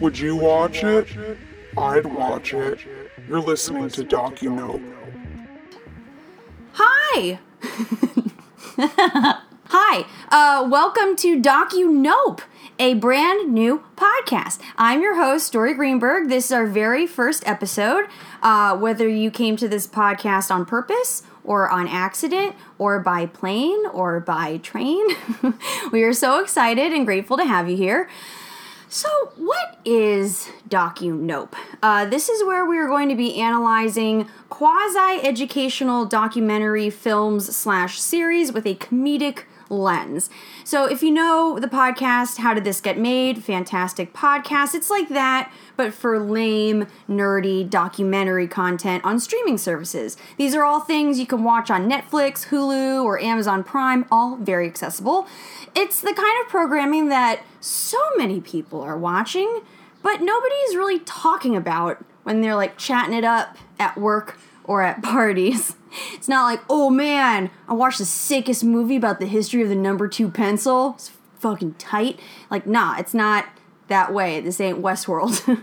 Would you watch it? I'd watch it. You're listening to DocuNope. Hi. Hi. Uh, welcome to Docu Nope, a brand new podcast. I'm your host, Dory Greenberg. This is our very first episode. Uh, whether you came to this podcast on purpose or on accident or by plane or by train, we are so excited and grateful to have you here. So, what is DocuNope? Uh, this is where we are going to be analyzing quasi educational documentary films slash series with a comedic lens. So, if you know the podcast, How Did This Get Made? Fantastic podcast. It's like that, but for lame, nerdy documentary content on streaming services. These are all things you can watch on Netflix, Hulu, or Amazon Prime, all very accessible. It's the kind of programming that so many people are watching, but nobody's really talking about when they're like chatting it up at work or at parties. It's not like, oh man, I watched the sickest movie about the history of the number two pencil. It's fucking tight. Like, nah, it's not that way. This ain't Westworld.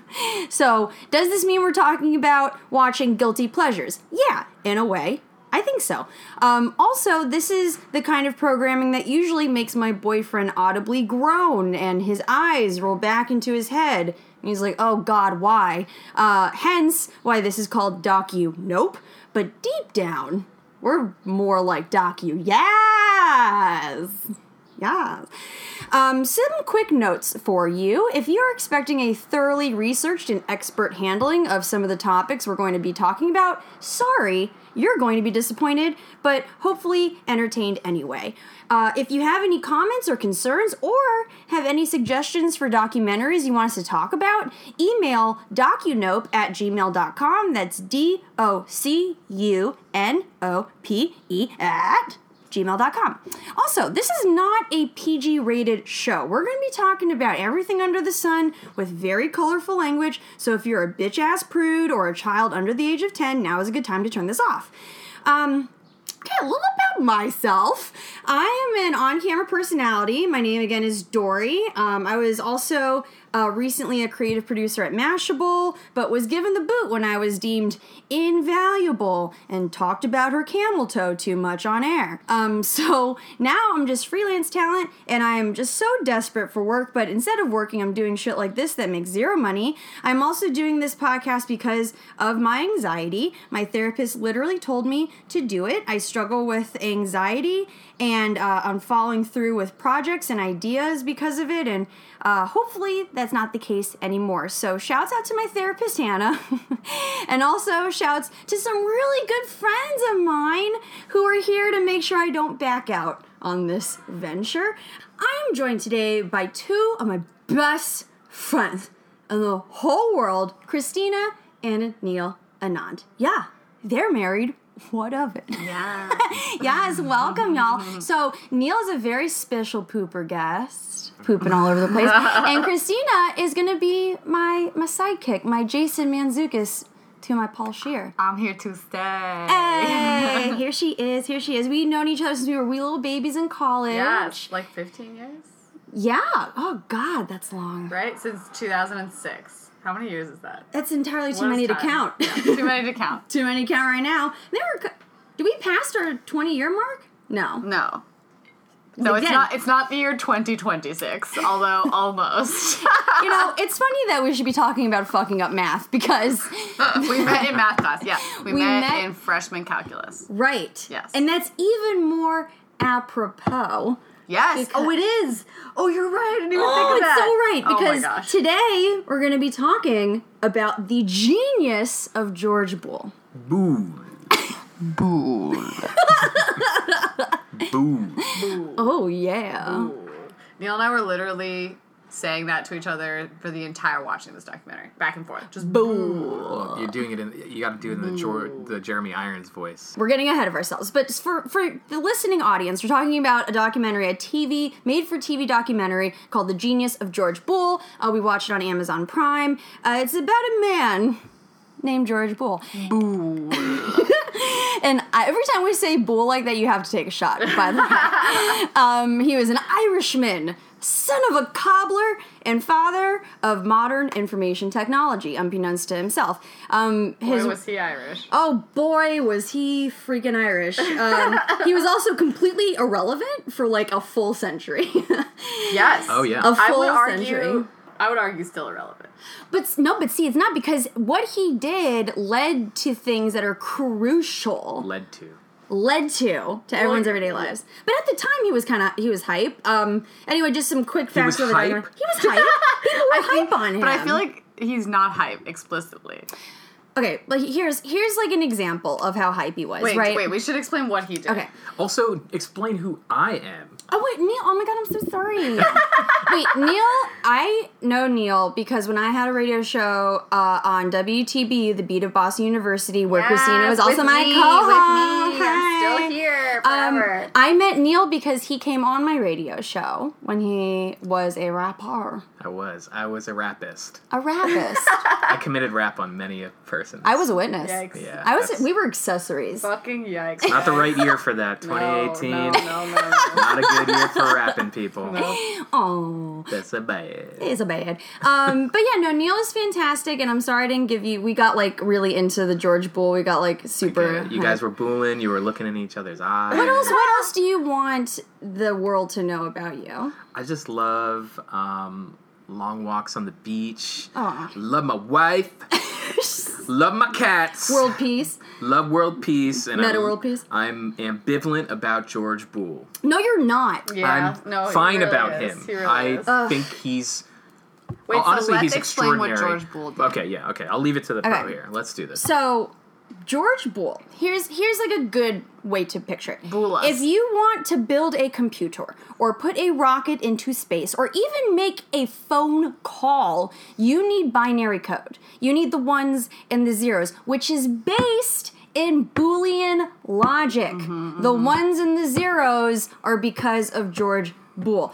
so, does this mean we're talking about watching guilty pleasures? Yeah, in a way. I think so. Um, also, this is the kind of programming that usually makes my boyfriend audibly groan and his eyes roll back into his head. And he's like, oh God, why? Uh, hence why this is called Docu Nope. But deep down, we're more like Docu Yes! Yeah. Um, some quick notes for you. If you're expecting a thoroughly researched and expert handling of some of the topics we're going to be talking about, sorry, you're going to be disappointed, but hopefully entertained anyway. Uh, if you have any comments or concerns or have any suggestions for documentaries you want us to talk about, email docunope at gmail.com. That's D O C U N O P E at gmail.com. Also, this is not a PG rated show. We're going to be talking about everything under the sun with very colorful language, so if you're a bitch ass prude or a child under the age of 10, now is a good time to turn this off. Um, Okay, a little about myself. I am an on camera personality. My name again is Dory. Um, I was also uh, recently a creative producer at Mashable, but was given the boot when I was deemed invaluable and talked about her camel toe too much on air. Um, so now I'm just freelance talent and I'm just so desperate for work, but instead of working, I'm doing shit like this that makes zero money. I'm also doing this podcast because of my anxiety. My therapist literally told me to do it. I struggle with anxiety and uh, I'm following through with projects and ideas because of it. And uh, hopefully that's not the case anymore. So shouts out to my therapist, Hannah. and also shouts to some really good friends of mine who are here to make sure I don't back out on this venture. I am joined today by two of my best friends in the whole world, Christina and Neil Anand. Yeah, they're married. What of it? Yeah. yes, welcome, y'all. Mm. So Neil is a very special pooper guest, pooping all over the place, and Christina is gonna be my my sidekick, my Jason Manzukis to my Paul Shear. I'm here to stay. Hey, here she is. Here she is. We've known each other since we were wee little babies in college. Yes, like 15 years, Yeah. Oh God, that's long. right? Since 2006. How many years is that? That's entirely too What many is to time? count. Too many to count. too many to count right now. They were. c- Did we pass our twenty year mark? No. No. No, it's Again. not. It's not the year 2026, although almost. you know, it's funny that we should be talking about fucking up math because we met in math class. Yeah, we, We met, met- in freshman calculus. right. Yes. And that's even more apropos. Yes. Because- oh, it is. Oh, you're right. I didn't even think Oh, of it's so that. right Oh my because gosh. today we're going to be talking about the genius of George Bull. Boo. Boo. Boo. Oh yeah. Neil and I were literally saying that to each other for the entire watching this documentary, back and forth, just boo. You're doing it in. You got to do it in the, Jor- the Jeremy Irons voice. We're getting ahead of ourselves, but just for for the listening audience, we're talking about a documentary, a TV made for TV documentary called "The Genius of George Bull." Uh, we watched it on Amazon Prime. Uh, it's about a man named George Bull. Bull. and I, every time we say Bull like that, you have to take a shot. By the way, um, he was an Irishman son of a cobbler and father of modern information technology, unbeknownst to himself. Um, his, Boy, was he Irish. Oh boy, was he freaking Irish. Um, he was also completely irrelevant for like a full century. Yes. Oh, yeah. a full I would argue. century. I would argue still irrelevant. But s- no, but see, it's not because what he did led to things that are crucial, Led to. led to to everyone's yeah, everyday yeah. lives. But at the time, he was kind of he was hype. Um, anyway, just some quick facts was over there. hype? He was hype. People were hype on him. But I feel like he's not hype explicitly. okay, but here's here's like an example of how hype he was. Wait, right? wait. We should explain what he did. Okay. Also, explain who I am. Oh wait, Neil! Oh my god, I'm so sorry. wait, Neil. I know Neil because when I had a radio show uh, on WTB, the Beat of Boston University, where Christina was also my co-host. Hi. here Um, I met Neil because he came on my radio show when he was a rapper, I was. I was a rapist. a rapist. I committed rap on many a person. I was a witness. Yikes. Yeah. I was. that's We were accessories. Fucking yikes. Not the right year for that. No, 2018. No, no, no, no. Not a good year for rapping people. Oh. That's a bad. is a bad. Um, but yeah, no, Neil is fantastic, and I'm sorry I didn't give you. We got like really into the George Bull. We got like super. You guys were booing. You were looking in each other's eyes. What else? What else do you want the world to know about you? I just love um, long walks on the beach. Aw. Love my wife. love my cats. World peace? Love world peace. And Meta I'm, world peace. I'm ambivalent about George Bull. No, you're not. Yeah, I'm no, he fine really about is. him. He really I is. Uh, think he's. Wait, honestly, so let's he's explain what extraordinary. George Bull did. Okay, yeah, okay. I'll leave it to the pro Okay. here. Let's do this. So, George Bull. Here's here's like a good way to picture it. Bull us. If you want to build a computer or put a rocket into space or even make a phone call, you need binary code. You need the ones and the zeros, which is based in Boolean logic. the ones and the zeros are because of George Boole.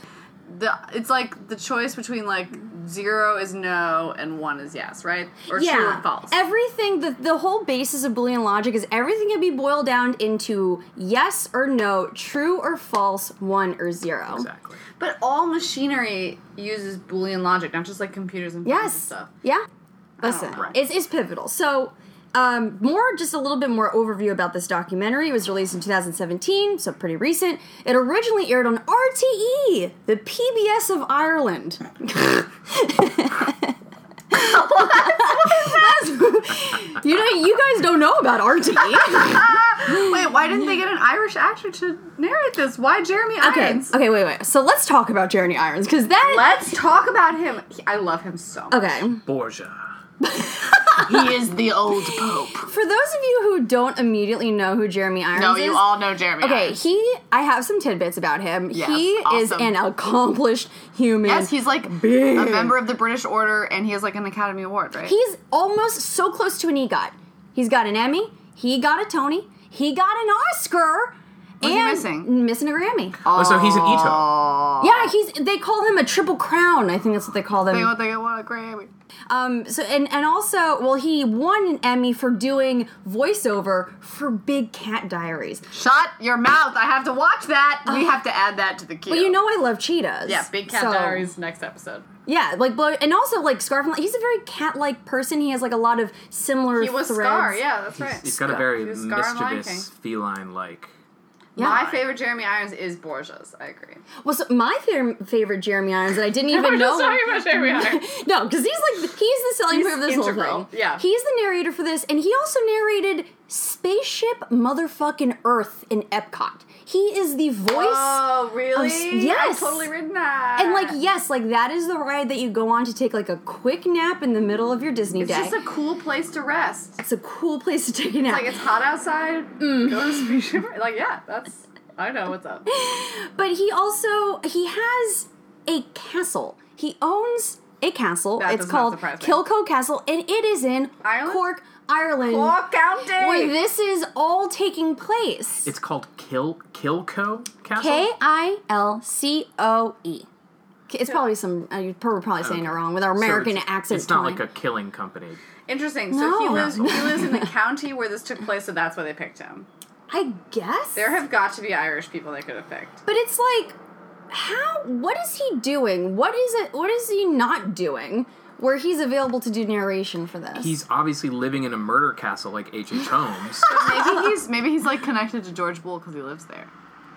The, it's like the choice between like zero is no and one is yes, right? Or true and false. Everything the the whole basis of Boolean logic is everything can be boiled down into yes or no, true or false, one or zero. exactly. but all machinery uses Boolean logic, not just like computers and phones and Yes. stuff. Yeah. Listen, Right. it's, it's pivotal. So, um, more just a little bit more overview about this documentary. It was released in 2017, so pretty recent. It originally aired on RTE, the PBS of Ireland. That's- you know, you guys don't know about E. RTE. Ah! Wait, why didn't they get an Irish actor to narrate this? Why Jeremy okay, Irons? okay, wait, wait. So let's talk about Jeremy Irons because that. Let's talk about him. He- I love him so. much. okay. Borgia. He is the old pope. For those of you who don't immediately know who Jeremy Irons No, is, you all know Jeremy. Okay, Irons. he. I have some tidbits about him. Yes, he is awesome. an accomplished human. Yes, he's like Big. a member of the British Order, and he has like an Academy Award, right? He's almost so close to an EGOT. He's got an Emmy. He got a Tony. He got an Oscar. What's he and missing? Missing a Grammy. Oh, so he's an Ito. Yeah, he's. They call him a triple crown. I think that's what they call them. they want, they want a Grammy. Um, so and and also, well, he won an Emmy for doing voiceover for Big Cat Diaries. Shut your mouth! I have to watch that. We have to add that to the queue. But you know, I love cheetahs. yeah, Big Cat so- Diaries next episode. Yeah, like blow, and also like Scarf. and- He's a very cat-like person. He has like a lot of similar. He was threads. Scar. Yeah, that's right. He's got a very He's Scar and Lion mischievous feline like. Yeah. My favorite Jeremy Irons is Borgia's. I agree. Well, so my favorite favorite Jeremy Irons that I didn't even We're know. just talking about Jeremy Irons. no, because he's like he's the selling He's point of this whole integral, thing. yeah. he's the narrator for this, and he also narrated Spaceship Motherfucking Earth in Epcot. He is the voice. Oh, really? s- yes. I've totally written that. and like yes, like that is the ride that you go on to take like a quick nap in the middle of your Disney it's day. just a cool place to rest. it's a cool place to take a nap. Like it's hot outside. Go to spaceship. Like yeah, that's. I know what's up. But he also he has a castle. He owns a castle. That it's does not called surprise me. Kilco Castle, and it is in Ireland? Cork, Ireland, Walk County. where this is all taking place. It's called Kill Kilco Castle. K I L C O E. It's probably some uh, you're probably probably saying it wrong with our So American it's- accent. It's not twang. like a killing company. Interesting. So he No. lives. He lives in the county where this took place, so that's why they picked him. I guess There have got to be Irish people they could have picked. But it's like how what is he doing? What is it what is he not doing where he's available to do narration for this? He's obviously living in a murder castle like H.H. Holmes. Maybe he's maybe he's like connected to George Bull because he lives there,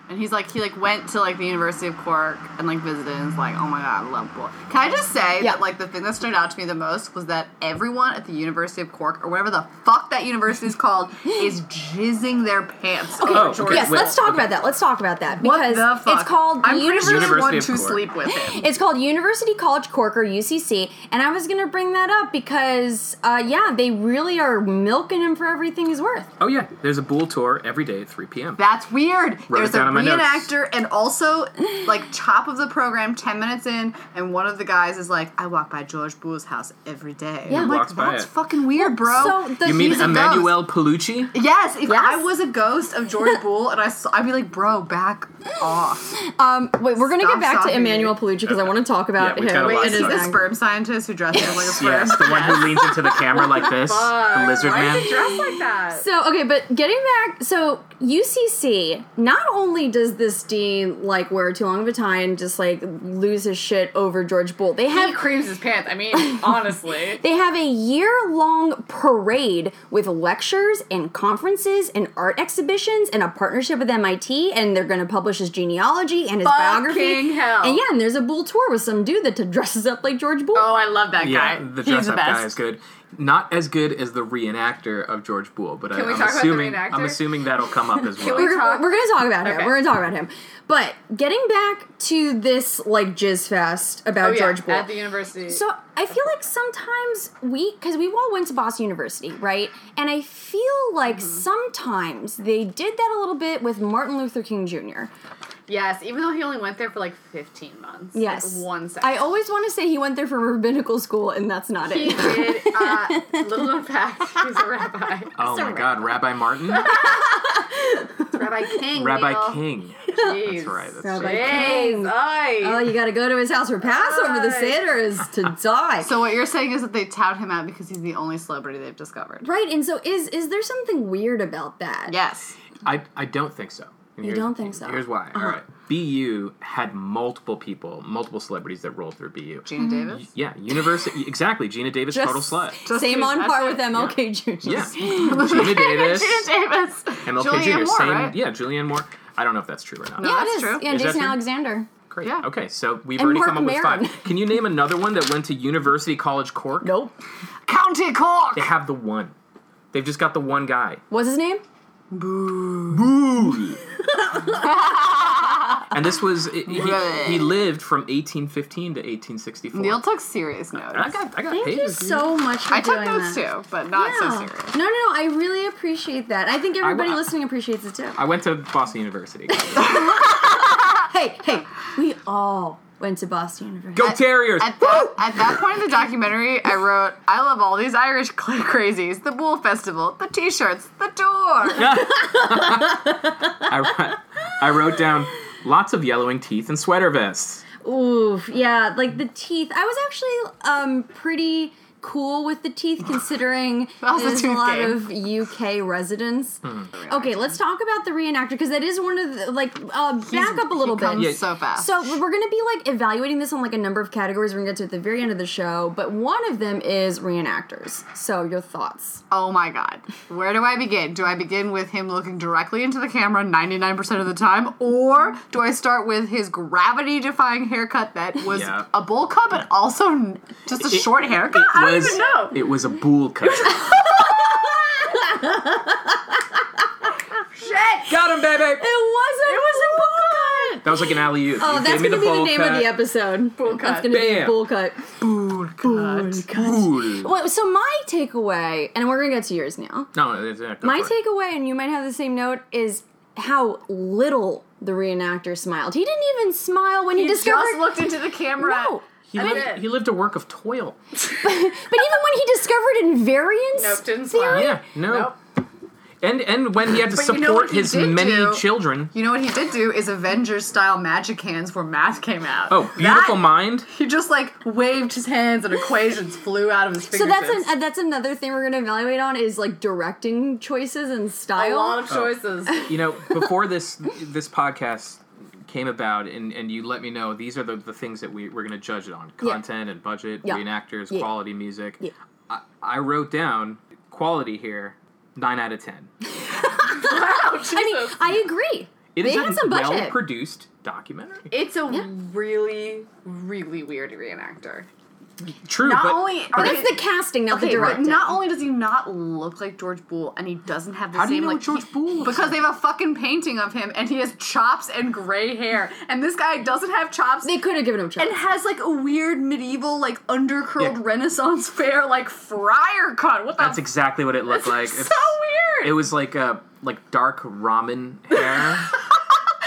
and he's like he like went to like the University of Cork and like visited and is like oh my god I love Bull. Can I just say Yeah. that like the thing that stood out to me the most was that everyone at the University of Cork or whatever the fuck that university is called is jizzing their pants over Oh, okay. George. Yes, wait, let's talk okay. about that. Let's talk about that Bull. What because the fuck? it's called I'm the pretty sure University- there's one University to of Cork. sleep with him. It's called University College Cork or UCC, and I was going to bring that up because, uh, yeah, they really are milking him for everything he's worth. oh yeah, there's a bull tour every day at 3 p.m. That's weird. Wrote There's it a down in my notes. reenactor and also like top of the program, ten minutes in, and one of the guys is like, "I walk by George Bull's house every day." Yeah. I'm He like, walks by that's it. fucking weird, bro. So the you mean he's a Emmanuel Palucci? yes, if Yes. I was a ghost of George Bull and I saw, I'd be like, "Bro, back off." Um, wait, we're going to Stop get back to stopping Emmanuel it. Palucci because I want to talk about Yeah, we him. kinda Wait, lost and is track. the sperm scientist who dresses up like a sperm? Yes, the one who leans into the camera like this, the lizard man. dressed like that? So okay, but getting back, so UCC. Not only does this dean like wear too long of a tie and just like lose his shit over George Bull, they have He creams his pants. I mean, honestly. They have a year long parade with lectures and conferences and art exhibitions and a partnership with MIT, and they're going to publish his genealogy and his biography. Fucking hell. And yeah, and there's a Bull tour with some dude that dresses up like George Bull. Oh, I love that Yeah, guy. the He's dress the up best. guy is good. Not as good as the reenactor of George Bull, but I, Can we am talk about the assuming I'm reenactor? assuming that'll come up as well. we- we're, talk- we're gonna talk about him. Okay. We're gonna talk about him. But getting back to this like jizz fest about Oh, yeah, George Bull at the university. So I feel like sometimes we, because we all went to Boston University, right? And I feel like Mm-hmm. sometimes they did that a little bit with Martin Luther King Jr. Yes, even though he only went there for like 15 months. Like, Yes, one second. I always want to say he went there for rabbinical school, and that's not He it. did, uh, little known fact, he's a rabbi. oh my god, Rabbi Martin? Rabbi King. Rabbi Neil. King. Jeez. That's right. That's Rabbi right. Jeez, King. aye. Oh, you got to go to his house for Passover. The Right. Seder is to die. So what you're saying is that they tout him out because he's the only celebrity they've discovered. right, and so is is there something weird about that? Yes. I, I don't think so. And You here's- don't think so? Here's Uh-huh. why. All right. BU had multiple people, multiple celebrities that rolled through BU. Gina Davis. Yeah, university. exactly. Gina Davis, Just- total slut. Same on that's par it. with MLK Jr. Yeah, Gina Davis, Gina Davis. MLK Julianne Jr. Moore, same. right? Yeah, Julianne Moore. I don't know if that's true or not. Yeah, it that's is. true. Yeah, Is that Jason true? Alexander. Great. Yeah. Okay, so we've And already Mark come up Maron. with five. Can you name another one that went to University College Cork? Nope. County Cork. They have the one. They've just got the one guy. What's his name? And this was he, he, he lived from 1815 to 1864. Neil took serious notes. I got I got Thank you pages. so much for I took doing notes that. too, but not so Yeah. serious. No, no, no. I really appreciate that. I think everybody I- listening appreciates it too. I went to Boston University. hey, hey, we all went to Boston University. Go Terriers! At that, at that point in the documentary, I wrote, I love all these Irish cl- crazies the Bull Festival, the t shirts, the door. I, wrote- I wrote down lots of yellowing teeth and sweater vests. Oof, yeah, like the teeth. I was actually um pretty cool with the teeth considering That was a there's a, tooth lot game. of Hmm. UK residents. Okay, let's talk about the reenactor because that is one of the like uh back up a little he comes bit. Yeah. so fast. So we're going to be like evaluating this on like a number of categories. We're going to get to it at the very end of the show, but one of them is reenactors. So your thoughts? oh my god. Where do I begin? Do I begin with him looking directly into the camera 99% of the time, or do I start with his gravity defying haircut that was Yeah. a bowl cut but also n- just a short haircut? I don't even know. It was a bull cut. Shit! got him, baby! It was a it was a That was like an alley oop. Oh, that's going to be the name of the episode. Bull That's cut. going to be Bam. bull cut. Bull cut. Bull. Well, so my takeaway, and we're going to get to yours now. No, no, it's not. My takeaway, and you might have the same note, is how little the reenactor smiled. He didn't even smile when he, He discovered. just looked into the camera. no. He I lived, did. he lived a work of toil. But even when he discovered invariance, Nope, didn't smile. Yeah, no. And and when he had to But support you know what he his did many do? children. You know what he did do is Avengers style magic hands where math came out. Oh, beautiful That- mind. He just like waved his hands and equations flew out of his So fingers. that's an, uh, that's another thing we're going to evaluate on is like directing choices and a style. lot of choices. You know, before this this podcast came about, and, and you let me know these are the, the things that we, we're going to judge it on Yeah. content and budget, Yeah. reenactors, Yeah. quality music. Yeah. I, I wrote down quality here, 9 out of 10. Oh, I mean, I agree. It they is had some a budget. well produced documentary. It's a really, really weird reenactor. True, Not but only are but they- it's the casting, not the Okay, but director. not only does he not look like George Boole, and he doesn't have the How do you same know like George he- Boole looks because they have a fucking painting of him, and he has chops and gray hair, and this guy doesn't have chops. they could have given him a chance. and has like a weird medieval, like undercurled Yeah. Renaissance fair, like friar cut. What the? that's exactly what it looked f- like. so It's- weird. It was like a like dark ramen hair.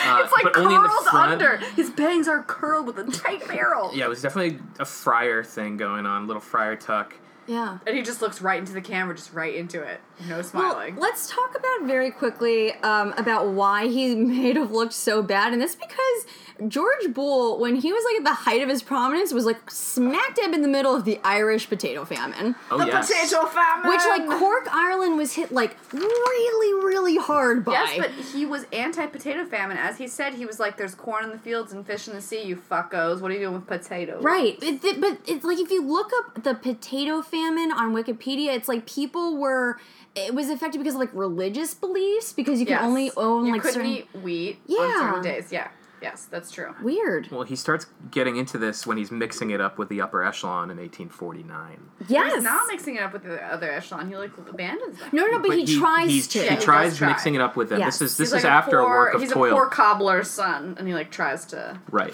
Uh, it's like but curled only in the front. under. His bangs are curled with a tight barrel. Yeah, it was definitely a friar thing going on, little friar tuck. yeah. And he just looks right into the camera, just right into it. No smiling. Well, let's talk about very quickly um, about why he made have looked so bad, and that's because George Bull, when he was like at the height of his prominence, was like smack dab in the middle of the Irish potato famine, Oh the yes. potato famine. which like Cork, Ireland was hit like really, really hard by. Yes, but he was anti-potato famine. As he said, he was like, "There's corn in the fields and fish in the sea. You fuckos, what are you doing with potatoes?" Right, it, it- but it's like if you look up the potato famine on Wikipedia, it's like people were it was affected because of like religious beliefs because you can Yes. only own you like couldn't certain eat wheat on Yeah. certain days. Yeah. Yes, that's true. weird. Well, he starts getting into this when he's mixing it up with the upper echelon in 1849. Yes, He's not mixing it up with the other echelon. He like abandons them. no, no, no, but, But he, tries he's- to. He Yeah, he tries does try. mixing it up with them. Yes. This is He's this is after poor, a work of he's toil. a poor cobbler's son, and he like tries to. Right.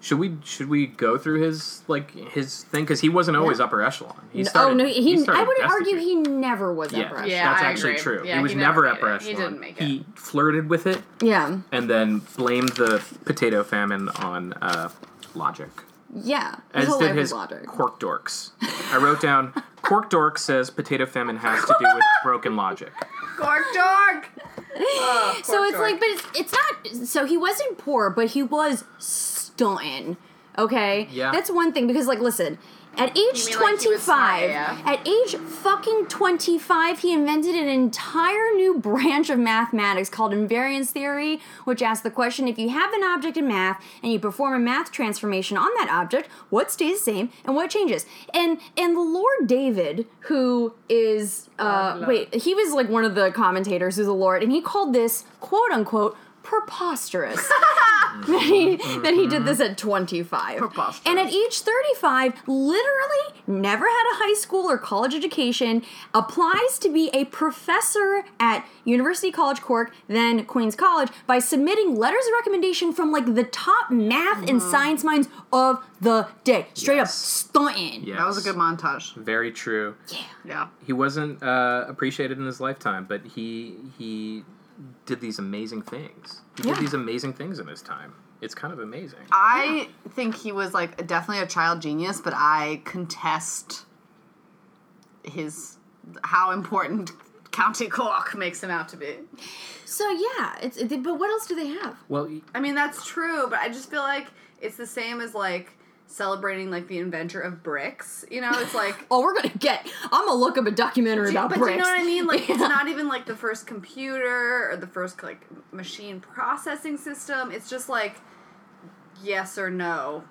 Should we should we go through his like his thing because he wasn't always upper echelon. He started, oh no, he. started I would argue destitute. he never was Yeah, ever. Yeah. that's I actually agree. true. Yeah, he he was never never, made upper it. He echelon. didn't make it. He flirted with it yeah, and then blamed the potato famine on uh, logic. yeah. As whole did life his was water. cork dorks. I wrote down cork dork says potato famine has to do with broken logic. Gork dork. Oh, So cork it's like, dork. but it's, it's not. So he wasn't poor, but he was stunting. Okay, Yeah. That's one thing because, like, listen. At age mean, like, he was smart, 25, yeah. at age fucking 25, he invented an entire new branch of mathematics called invariance theory, which asks the question if you have an object in math and you perform a math transformation on that object, what stays the same and what changes? And and the Lord David, who is uh Lord. wait, he was like one of the commentators who's a lord and he called this quote unquote preposterous that he that he did this at 25. Preposterous. And at age 35, literally never had a high school or college education, applies to be a professor at University College Cork, then Queen's College, by submitting letters of recommendation from like the top math and science minds of the day. Straight up Yes. stunting. Yes. that was a good montage. Very true. Yeah. He wasn't uh, appreciated in his lifetime, but he he did these amazing things. He Yeah. did these amazing things in his time. It's kind of amazing. I think he was like definitely a child genius, but I contest his how important County Cork makes him out to be. So yeah, it's it, but what else do they have? Well, I mean that's true, but I just feel like it's the same as like celebrating like the inventor of bricks. You know, it's like Oh, we're gonna get. I'm gonna look up a documentary Do- about Oh, but bricks. do you know what I mean? Like, it's Yeah. not even like the first computer or the first like machine processing system. It's just like yes or no.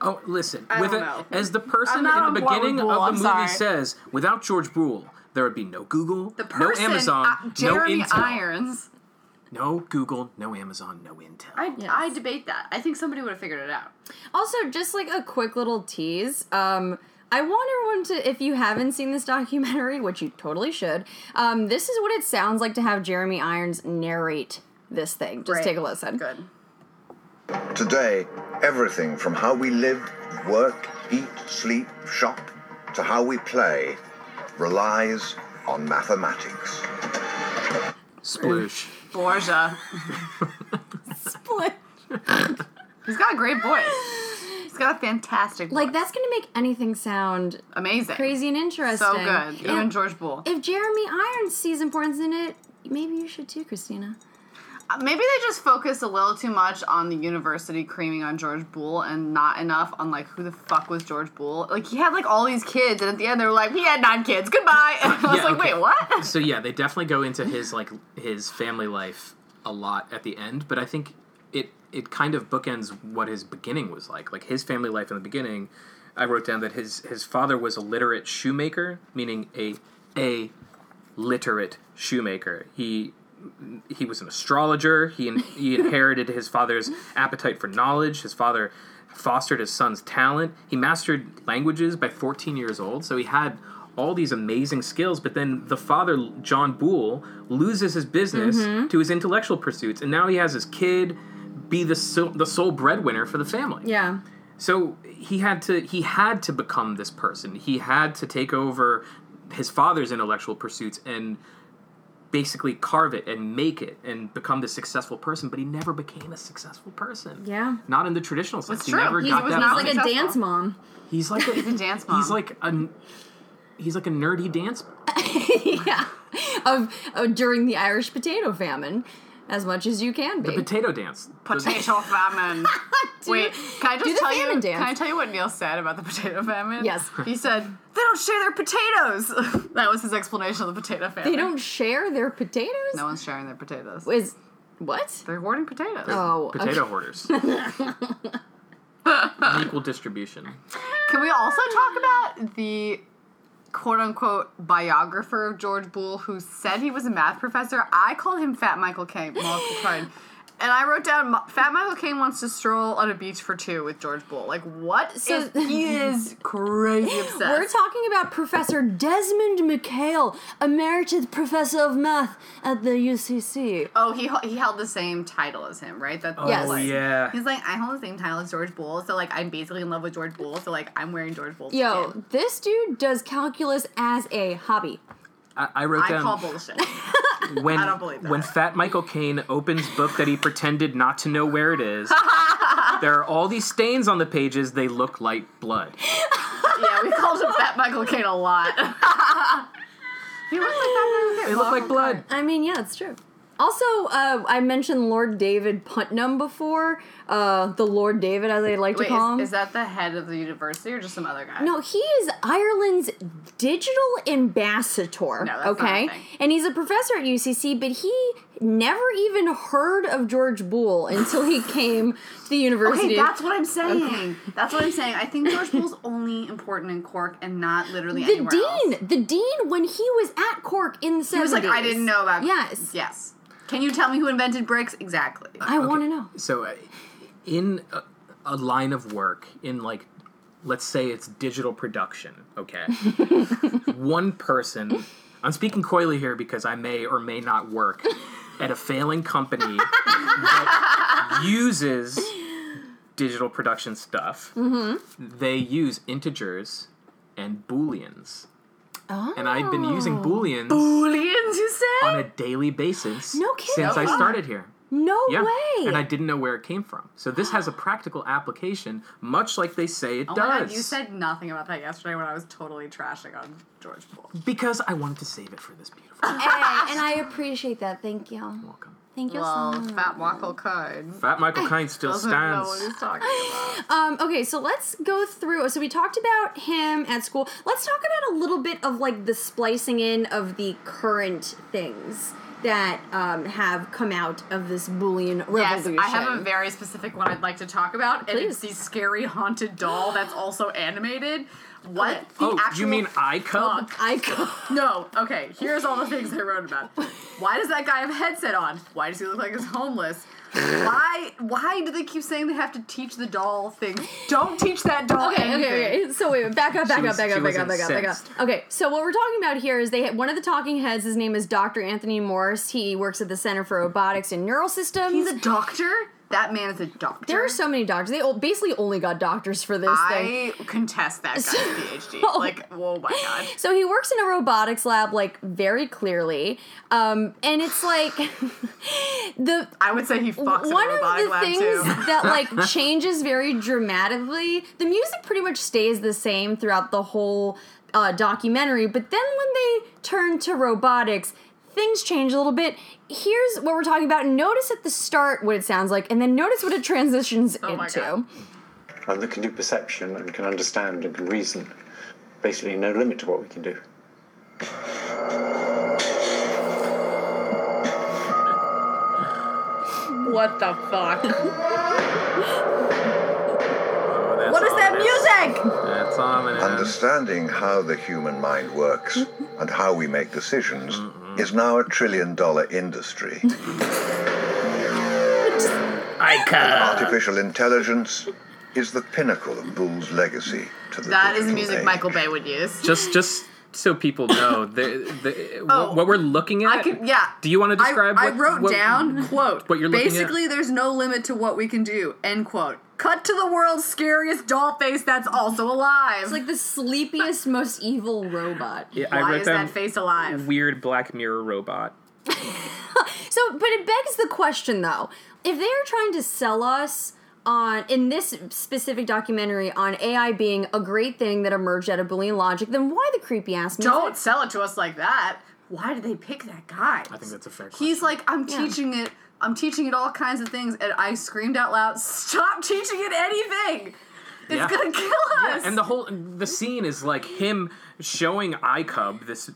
Oh, listen. I with don't a- know. As the I'm person not in on the board with beginning Boole, of the I'm movie sorry. says, without George Boole, there would be no Google, The person, no Amazon, uh, Jeremy no Intel. Irons. No Google, no Amazon, no Intel. I, Yes. I debate that. I think somebody would have figured it out. Also, just like a quick little tease. Um, I want everyone to, if you haven't seen this documentary, which you totally should, um, this is what it sounds like to have Jeremy Irons narrate this thing. Just Right. take a listen. Good. Today, everything from how we live, work, eat, sleep, shop, to how we play relies on mathematics. Sploosh. Borgia. He's got a great voice. He's got a fantastic voice. Like that's gonna make anything sound amazing. crazy and interesting. So good. And Even George Bull. if Jeremy Irons sees importance in it, maybe you should too, Christina. Maybe they just focus a little too much on the university creaming on George Bull and not enough on like who the fuck was George Bull. Like he had like all these kids, and at the end they were like, "We had nine kids. Goodbye." And I was Yeah, like, okay. "Wait, what?" so yeah, they definitely go into his like his family life a lot at the end, but I think it it kind of bookends what his beginning was like. Like his family life in the beginning, I wrote down that his his father was a literate shoemaker, meaning a a literate shoemaker. He he was an astrologer. He in, he inherited his father's appetite for knowledge. His father fostered his son's talent. He mastered languages by 14 years old, so he had all these amazing skills. But then the father, John Boole, loses his business to his intellectual pursuits, and now he has his kid be the so, the sole breadwinner for the family. Yeah. So he had to he had to become this person. He had to take over his father's intellectual pursuits and basically carve it and make it and become this successful person, but he never became a successful person. Yeah. Not in the traditional sense. That's he true. never He got was that not money. Like a Successful. dance mom. he's like He's a dance mom. he's like a he's like a nerdy dance yeah. Of, of during the Irish potato famine, as much as you can be. potato dance. potato famine. Do- Wait, can I do just the tell you? famine dance. Can I tell you what Neil said about the potato famine? Yes. he said they don't share their potatoes. that was his explanation of the potato famine. They don't share their potatoes. No one's sharing their potatoes. Is what? They're hoarding potatoes. Oh, okay. Potato hoarders. Equal distribution. Can we also talk about the quote unquote biographer of George Boole who said he was a math professor? I called him Fat Michael Caine multiple times. And I wrote down "Mo- Fat Michael Caine wants to stroll on a beach for two with George Bull. Like what? So- is- he is crazy obsessed. We're talking about Professor Desmond McHale, emeritus professor of math at the UCC. oh, he h- he held the same title as him, right? That Yes. Oh Like- yeah. He's like, I hold the same title as George Bull, so like I'm basically in love with George Bull, so like I'm wearing George Bull's Yo, skin. this dude does calculus as a hobby. I, I wrote I down call bullshit. when I don't believe that. when Fat Michael Caine opens book that he pretended not to know where it is. there are all these stains on the pages. They look like blood. yeah, we called him Fat Michael Caine a lot. he looks like Fat Michael Caine. They look like blood. I mean, yeah, it's true. Also, uh, I mentioned Lord David Putnam before. Uh, the Lord David, as I like to Wait, call him. is, is that the head of the university or just some other guy? No, he is Ireland's digital ambassador. No, that's not okay, a thing. and he's a professor at UCC, but he never even heard of George Boole until he came to the university. Okay, that's what I'm saying. That's what I'm saying. I think George Bull's only important in Cork and not literally the anywhere dean, else. the dean, when he was at Cork in the He seventies, was like, I didn't know about. Yes, Yes. Can you tell me who invented bricks? Exactly. I want to know. So, uh, in a, a line of work, in like, let's say it's digital production, okay? One person, I'm speaking coyly here because I may or may not work at a failing company that uses digital production stuff. Mm-hmm. They use integers and booleans. And I've been Oh. using booleans Booleans, you said? on a daily basis No kidding. since I started here. No Yeah. way. And I didn't know where it came from. So this has a practical application, much like they say it Oh does. my god, you said nothing about that yesterday when I was totally trashing on George Bull. because I wanted to save it for this beautiful Hey, and I appreciate that. Thank you. welcome. Thank you so Well, much. Fat Michael Kine Fat Michael Kine still doesn't know what stands. he's talking about. Um, okay, so let's go through. So we talked about him at school. Let's talk about a little bit of like the splicing in of the current things that um, have come out of this Boolean Yes, revolution. I have a very specific one I'd like to talk about, and it's the Please. scary haunted doll that's also animated. What Okay. the Oh, actual you mean I cub? fuck? I No, okay, here's all the things I wrote about. Why does that guy have a headset on? Why does he look like he's homeless? Why why do they keep saying they have to teach the doll things? Don't teach that doll Okay, anything. okay, okay. So wait, wait, back up, back was- up, back she up, was back up, back up, back up. incensed. Okay, so what we're talking about here is they one of the talking heads. His name is Dr. Anthony Morris. He works at the Center for Robotics and Neural Systems. He's a doctor? That man is a doctor. there are so many doctors. They o- basically only got doctors for this thing. I contest that guy's PhD. Oh. Like, oh my god. So he works in a robotics lab, like very clearly, um, and it's like the I would say he fucks in a one of robotic the lab things too. that like changes very dramatically. The music pretty much stays the same throughout the whole uh, documentary, but then when they turn to robotics, things change a little bit. Here's what we're talking about. Notice at the start what it sounds like, and then notice what it transitions Oh my into. God. and that can do perception and can understand and can reason. Basically, no limit to what we can do. What the fuck? Oh, that's what is that ominous. music? That's ominous. Understanding how the human mind works and how we make decisions is now a trillion dollar industry. Artificial intelligence is the pinnacle of Bull's legacy to the That is digital music age. Michael Bay would use. just just so people know the, the Oh. what, what we're looking at. I could, yeah. Do you want to describe? I, what, I wrote what- down quote. what you're looking at? Basically, there's no limit to what we can do. End quote. Cut to the world's scariest doll face that's also alive. It's like the sleepiest, most evil robot. Yeah, why I wrote is down that face alive? weird Black Mirror robot. So, but it begs the question though. If they are trying to sell us on in this specific documentary on AI being a great thing that emerged out of Boolean logic, then why the creepy ass music? Don't sell it to us like that. Why did they pick that guy? I think that's a fair He's question. like, I'm teaching it. I'm teaching it all kinds of things, and I screamed out loud, "Stop teaching it anything! It's Yeah. gonna kill us!" And the whole the scene is like him showing iCub this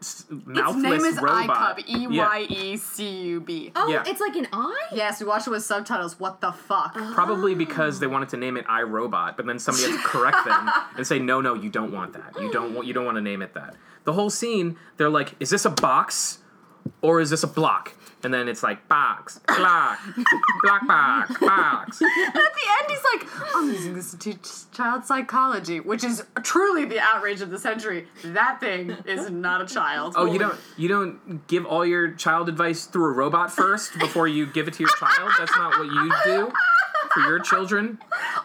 s- its mouthless name is robot. iCub. E Yeah. Y E C U B. Oh, yeah. it's like an eye? Yes, we watched it with subtitles. What the fuck? Oh. Probably because they wanted to name it iRobot, but then somebody had to correct them and say, "No, no, you don't want that. You don't want. You don't want to name it that." The whole scene, they're like, "Is this a box, or is this a block?" And then it's like box, block, block, box, box. At the end, he's like, I'm using this to teach child psychology, which is truly the outrage of the century. That thing is not a child. Oh, you don't you don't give all your child advice through a robot first before you give it to your child. That's not what you do for your children.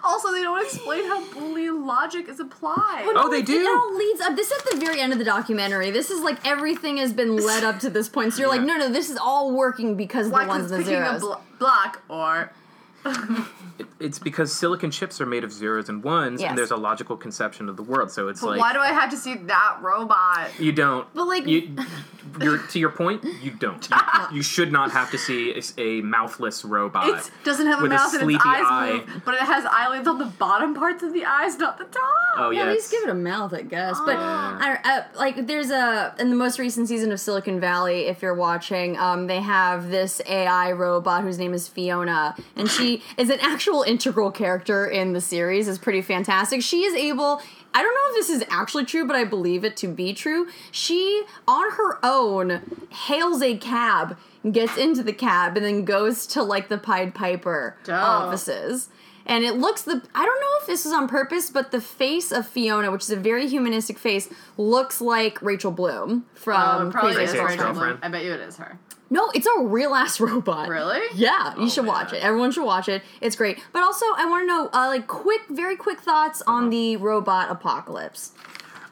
Also, they don't explain how Boolean logic is applied. Oh, they It do. all leads up. This is at the very end of the documentary. This is like everything has been led up to this point. So you're like, no, no, this is all working because of the Like ones and the picking a zeros. blo- block or It's because silicon chips are made of zeros and ones, Yes. and there's a logical conception of the world. So it's but like why do I have to see that robot? You don't. But, like- you, you're, to your point, you don't. You, you should not have to see a, a mouthless robot. It doesn't have a with mouth and its sleepy eyes eye. move, but it has eyelids on the bottom parts of the eyes, not the top. Oh Yeah, yeah, at least it's- give it a mouth, I guess. But I don't, uh, like, there's a in the most recent season of Silicon Valley, if you're watching, um, they have this AI robot whose name is Fiona, and she is an actual integral character in the series. is pretty fantastic. She is able. I don't know if this is actually true, but I believe it to be true. She, on her own, hails a cab, gets into the cab, and then goes to like the Pied Piper offices. And it looks the I don't know if this is on purpose, but the face of Fiona, which is a very humanistic face, looks like Rachel Bloom Oh, from it probably Crazy is her. Ex-Girlfriend. Ex-Girlfriend. I bet you it is her. No, it's a real ass robot. Really? Oh, Yeah, you should watch man. it. Everyone should watch it. It's great. But also, I want to know uh, like quick, very quick thoughts Uh-huh. on the robot apocalypse,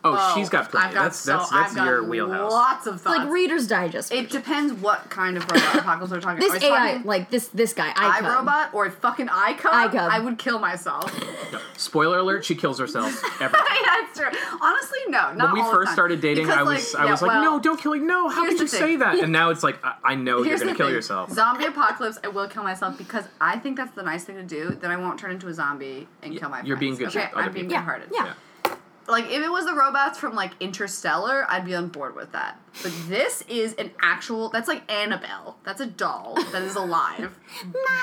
oh, Oh, she's got plenty. I've got that's so- that's I've that's got your wheelhouse. Lots of thoughts. like Reader's Digest. It depends what kind of robot apocalypse we're talking this about. Are we AI, talking like this this guy, I I robot or fucking icon, Icon. I would kill myself. Spoiler alert: she kills herself. Every time. That's true. Honestly, no. Not When we all the first time. started dating, Because, I was like, I yeah, was like, well, no, don't kill me. No, how here's could the you say thing. that? And now it's like I, I know you're Here's gonna the kill thing. yourself. Zombie apocalypse. I will kill myself because I think that's the nice thing to do. Then I won't turn into a zombie and kill my. you're being friends. good Okay, to other I'm being people. Yeah, good-hearted. yeah. Yeah. Like if it was the robots from like Interstellar, I'd be on board with that. But this is an actual. That's like Annabelle. That's a doll that is alive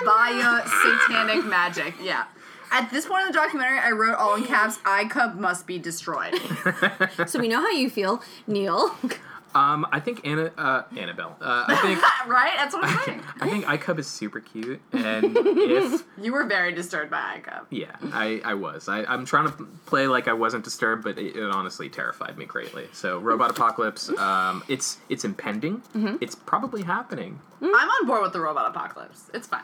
via satanic magic. Yeah. At this point in the documentary, I wrote all in caps. I cub must be destroyed. icon. So we know how you feel, Neil. Um, I think Anna, uh, Annabelle. Uh, I think right? That's what I'm saying. I think iCub is super cute, and if You were very disturbed by Ico. Yeah, I, I was. I, I'm trying to play like I wasn't disturbed, but it, it honestly terrified me greatly. So, Robot Apocalypse, um, it's it's impending. Mm-hmm. It's probably happening. I'm on board with the robot apocalypse. It's fine.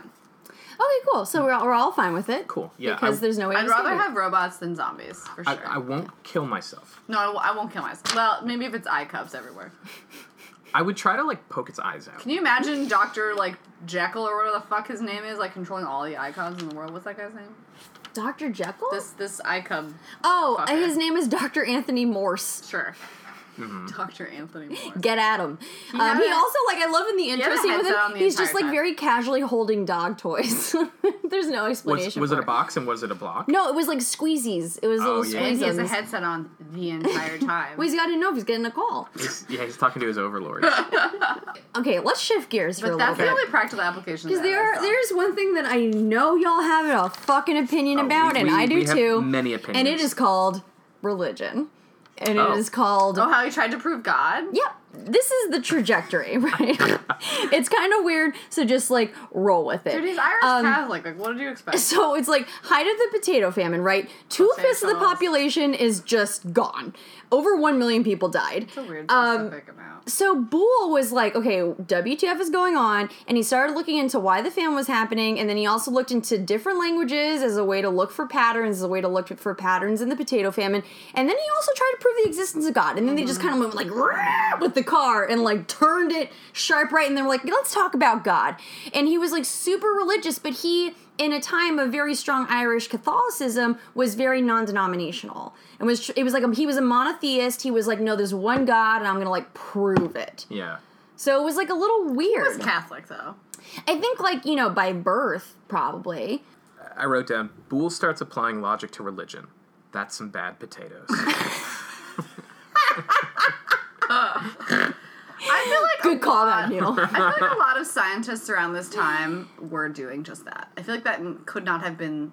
okay, cool. So we're all, we're all fine with it. Cool. Yeah, because I- there's no way. to I'd rather escape it. have robots than zombies, for I, sure. I won't kill myself. no, I, w- I won't kill myself. Well, maybe if it's eye cups everywhere. I would try to like poke its eyes out. Can you imagine Dr. like Jekyll or whatever the fuck his name is, like controlling all the eye cubs in the world? What's that guy's name? Dr. Jekyll. This this eye cub. oh, fucker. his name is Dr. Anthony Morse. Sure. Dr. Anthony Moore. Get at him. He, um, had he a- also like I love in the intro had a scene with headset him. on the He's just entire like time. very casually holding dog toys. There's no Was, explanation. was it for a box and was it a block? No, it was like squeezies. It was Oh, little yeah. And he has a squeezes. headset on the entire time. well, he's got to know if he's getting a call. He's- yeah, he's talking to his overlord. Okay, let's shift gears for a but little that's the bit. only practical application. Because that I there, saw. there's one thing that I know y'all have a fucking opinion Oh, about, we- and we- I do we have too. many And it opinions. is called religion, and Oh. it is called. Oh, how he tried to prove God? Yep, this is the trajectory, right? it's kind of weird, so just like roll with it. Dude, he's Irish Um, Catholic. Like, what did you expect? So it's like height of the potato famine, right? Two Potato fifths of the fellas. population is just gone. Over one million people died. That's a weird Um, specific amount. so Boole was like, okay, WTF is going on, and he started looking into why the famine was happening, and then he also looked into different languages as a way to look for patterns, as a way to look for patterns in the potato famine, and then he also tried to prove the existence of God, and then they just Mm-hmm. kind of went like "Rah!" with the car and like turned it sharp right, and they were like, let's talk about God, and he was like super religious, but he in a time of very strong Irish Catholicism, was very non-denominational and was tr- it was like a, he was a monotheist. He was like, no, there's one God, and I'm gonna like prove it. Yeah. So it was like a little He's weird. Catholic, though. I think like you know by birth probably. I wrote down Boole starts applying logic to religion. That's some bad potatoes. I feel like Good a call lot- out, Neil. I feel like a lot of scientists around this time were doing just that. I feel like that could not have been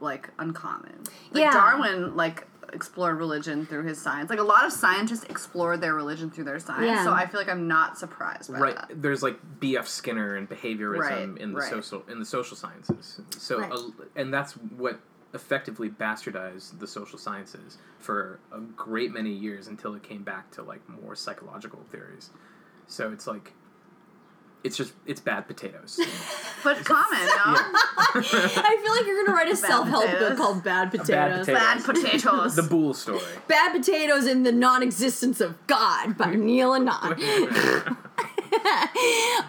like uncommon. Like Yeah. Darwin like explored religion through his science. Like a lot of scientists explored their religion through their science. Yeah. So I feel like I'm not surprised by right. that. Uh, There's like B.F. Skinner and behaviorism Right, in the right. social in the social sciences. So Right. a- and that's what effectively bastardized the social sciences for a great many years until it came back to like more psychological theories. So it's like it's just it's bad potatoes. But common, no? I feel like you're gonna write a self-help book potatoes. called Bad Potatoes. potato. Bad potatoes. the Boole story. Bad Potatoes and the Non-Existence of God by Neil Anand.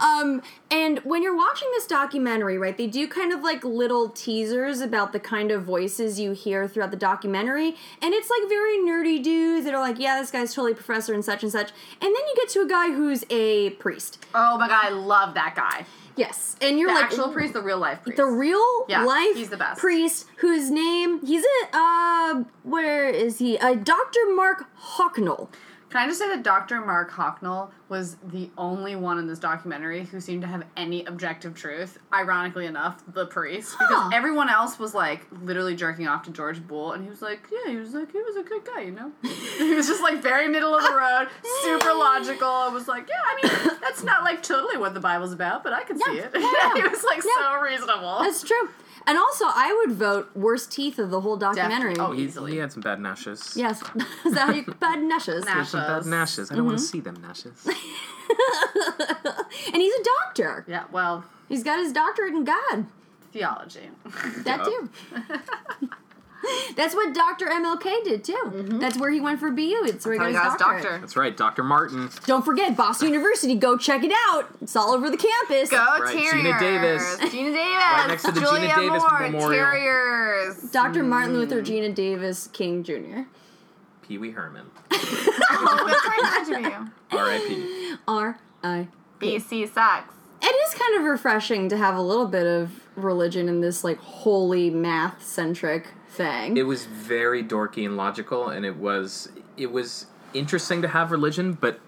um, and when you're watching this documentary, right, they do kind of like little teasers about the kind of voices you hear throughout the documentary. And it's like very nerdy dudes that are like, yeah, this guy's totally professor and such and such. And then you get to a guy who's a priest. oh my god, I love that guy. Yes. And you're The like, actual priest, the real life priest. the real Yeah, life he's the best. priest whose name he's a uh where is he uh, dr mark hocknell Can I just say that Dr. Mark Hocknell was the only one in this documentary who seemed to have any objective truth? Ironically enough, the priest, Huh. because everyone else was like literally jerking off to George Bull, and he was like, "Yeah, he was like, he was a good guy, you know." he was just like very middle of the road, super logical. I was like, "Yeah, I mean, that's not like totally what the Bible's about, but I can see Yeah, it." yeah, he was like yeah. so reasonable. That's true. And also, I would vote worst teeth of the whole documentary. Definitely. He, oh, Easily. he had some bad gnashes. Yes, is that how you bad gnashes? Nah. Some bad Gnashes. gnashes. I don't want to see them gnashes. And he's a doctor. yeah, well, He's got his doctorate in God. theology. That too. That's what Doctor MLK did too. That's where he went for BU. It's where he How got his he got his doctorate. doctor. That's right, Dr. Martin. Don't forget Boston University. Go check it out. It's all over the campus. Go Right, Terriers. Gina Davis. Gina Davis. next to the Gina Julia Davis Moore. Memorial. Terriers. Dr. Martin Luther Gina Davis King Jr. Pee Wee Herman. Oh, it's nice to R.I.P. R I. meet you. BC sucks. It is kind of refreshing to have a little bit of religion in this like holy math centric thing. It was very dorky and logical, and it was it was interesting to have religion, but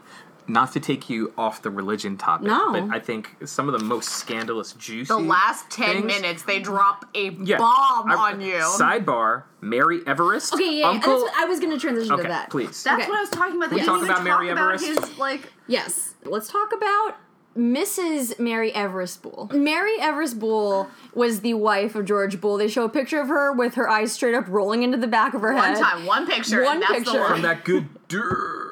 not to take you off the religion topic. No. But I think some of the most scandalous juice. The last 10 Things- minutes, they drop a bomb on you. Sidebar: Mary Everest. Okay, yeah, yeah, Uncle. that's what- I was going to transition okay, to that. please. That's Okay. what I was talking about. They We didn't talk even about Mary talk Everest? About his, like, Yes, let's talk about Mrs. Mary Everest Bull. Mary Everest Bull was the wife of George Bull. They show a picture of her with her eyes straight up rolling into the back of her one head. time, one picture, One and that's picture. the From one. that good dirt.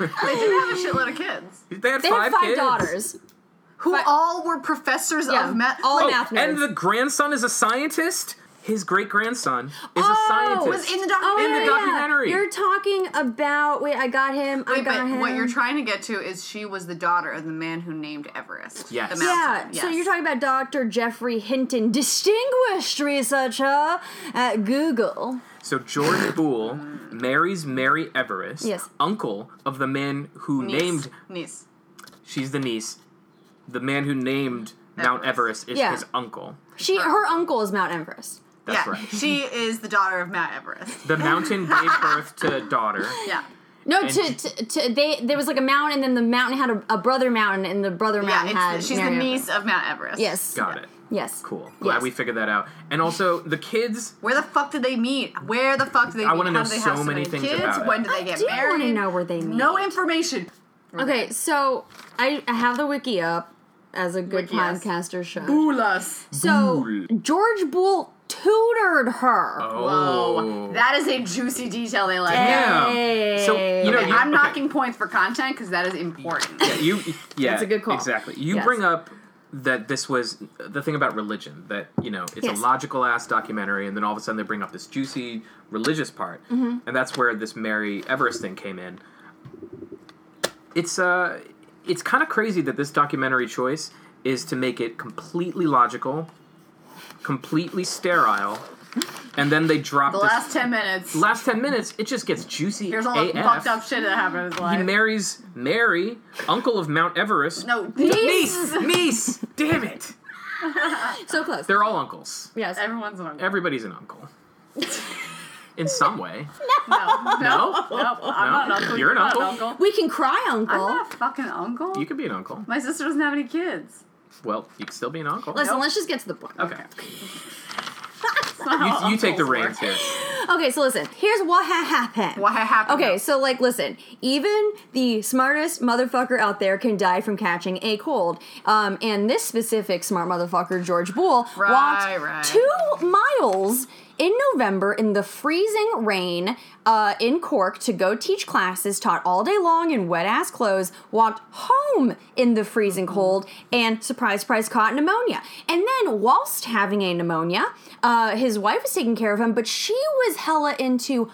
They did have a shitload of kids. They had They have five, five kids. daughters. Who all were professors Yeah, of math. all Oh, math nerds. and the grandson is a scientist. his great grandson is Oh, a scientist. was in the documentary. In the documentary. You're talking about. Wait, I got him. I Wait, got but him. what you're trying to get to is she was the daughter of the man who named Everest. Yes. The Yeah, mountain. so Yes. you're talking about Dr. Jeffrey Hinton, distinguished researcher at Google. So George Boole marries Mary Everest, Yes. uncle of the man who niece. named niece. she's the niece. The man who named Mount Everest. Everest is Yeah. his uncle. She, her uncle is Mount Everest. That's yeah, right. she is the daughter of Matt Everest. The mountain gave birth to daughter. Yeah. No, And- to, to, to they there was like a mountain, and then the mountain had a, a brother mountain, and the brother Yeah, mountain had it's, she's the Mary niece Everest. of Mount Everest. Yes. Got it. Yes. Cool. Glad Yes. we figured that out. And also the kids Where the fuck did they meet? Where the fuck did they I meet? wanna How know did they so have so many things kids? about it. When did I they get do wanna married? know where they No meet. information. Okay, so I, I have the wiki up as a good Wiki, yes. podcaster show. Boolus. So Boole. George Bull tutored her. Oh. Whoa. That is a juicy detail they left. out. Damn. Hey. So you know Okay, you- I'm okay. knocking points for content because that is important. Yeah, you yeah. That's a good call. Exactly. You Yes. bring up that this was the thing about religion that you know it's Yes. a logical ass documentary and then all of a sudden they bring up this juicy religious part Mm-hmm. and that's where this mary everest thing came in it's uh it's kind of crazy that this documentary choice is to make it completely logical completely sterile and then they drop The this last ten minutes. last 10 minutes it just gets juicy Here's all the AF. fucked up shit that happened in his He life. marries Mary, uncle of Mount Everest. no, niece, niece. Damn it! So close. They're all uncles. yes. Everyone's an uncle. Everybody's an uncle. In some way. No, no, No, no, I'm not an uncle. You're an not uncle. we can cry, Uncle. I'm not a fucking uncle. you could be an uncle. My sister doesn't have any kids. Well, you could still be an uncle. Listen, Nope. let's just get to the point. Okay, That's not how you, you take the uncles reins work. here. Okay, so listen. Here's what ha- happened. What happened? Okay, so like, listen. Even the smartest motherfucker out there can die from catching a cold. Um, and this specific smart motherfucker, George Bull, Right, walked right. two miles in November in the freezing rain uh, in Cork to go teach classes. Taught all day long in wet ass clothes. Walked home in the freezing Mm-hmm. cold, and surprise, surprise, caught pneumonia. And then, whilst having a pneumonia, uh, his wife was taking care of him, but she was hella into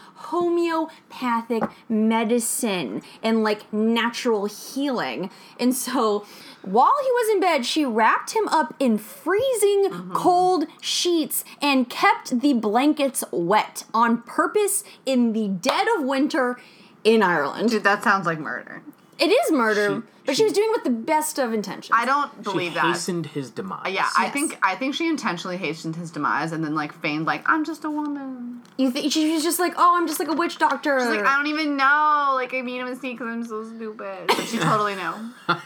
homeopathic medicine and like natural healing. And so while he was in bed, she wrapped him up in freezing Uh-huh. cold sheets and kept the blankets wet on purpose in the dead of winter in Ireland. Dude, that sounds like murder. It is murder, She- but she, she- was doing it with the best of intentions. I don't She believe that. hastened his demise. yeah, I Yes. think I think she intentionally hastened his demise and then like feigned like I'm just a woman. you think she was just like, "Oh, I'm just like a witch doctor." She's like I don't even know. Like I meet him and see because I'm so stupid. But she totally knew. yeah,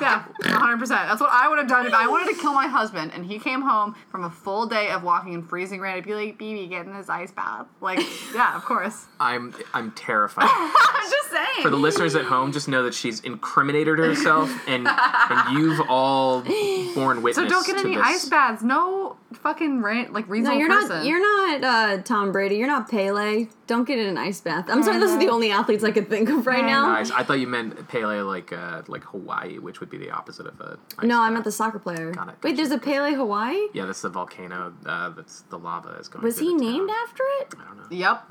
yeah, 100. percent That's what I would have done if I wanted to kill my husband and he came home from a full day of walking in freezing rain. I'd be like, "BB, get in this ice bath." Like, yeah, of course. I'm I'm terrified. I'm just saying. For the listeners at home, just know that she's incriminated herself, and and you've all borne witness. so don't get to any this. ice baths. No fucking rain. Like No, reasonable you're person. not. You're not uh, Tom Brady. You're not Pele. Don't get in an ice bath. I'm sorry. Those are the Uh-huh. only athletes I could think of right now. Ice. I thought you meant Pele, like uh, like Hawaii, which would be the opposite of a. ice No, I'm bath. at the soccer player. Got it. Wait, there's a Pele Hawaii. Yeah, that's the volcano. Uh, that's the lava is going. Was through he the named town. after it? I don't know. Yep.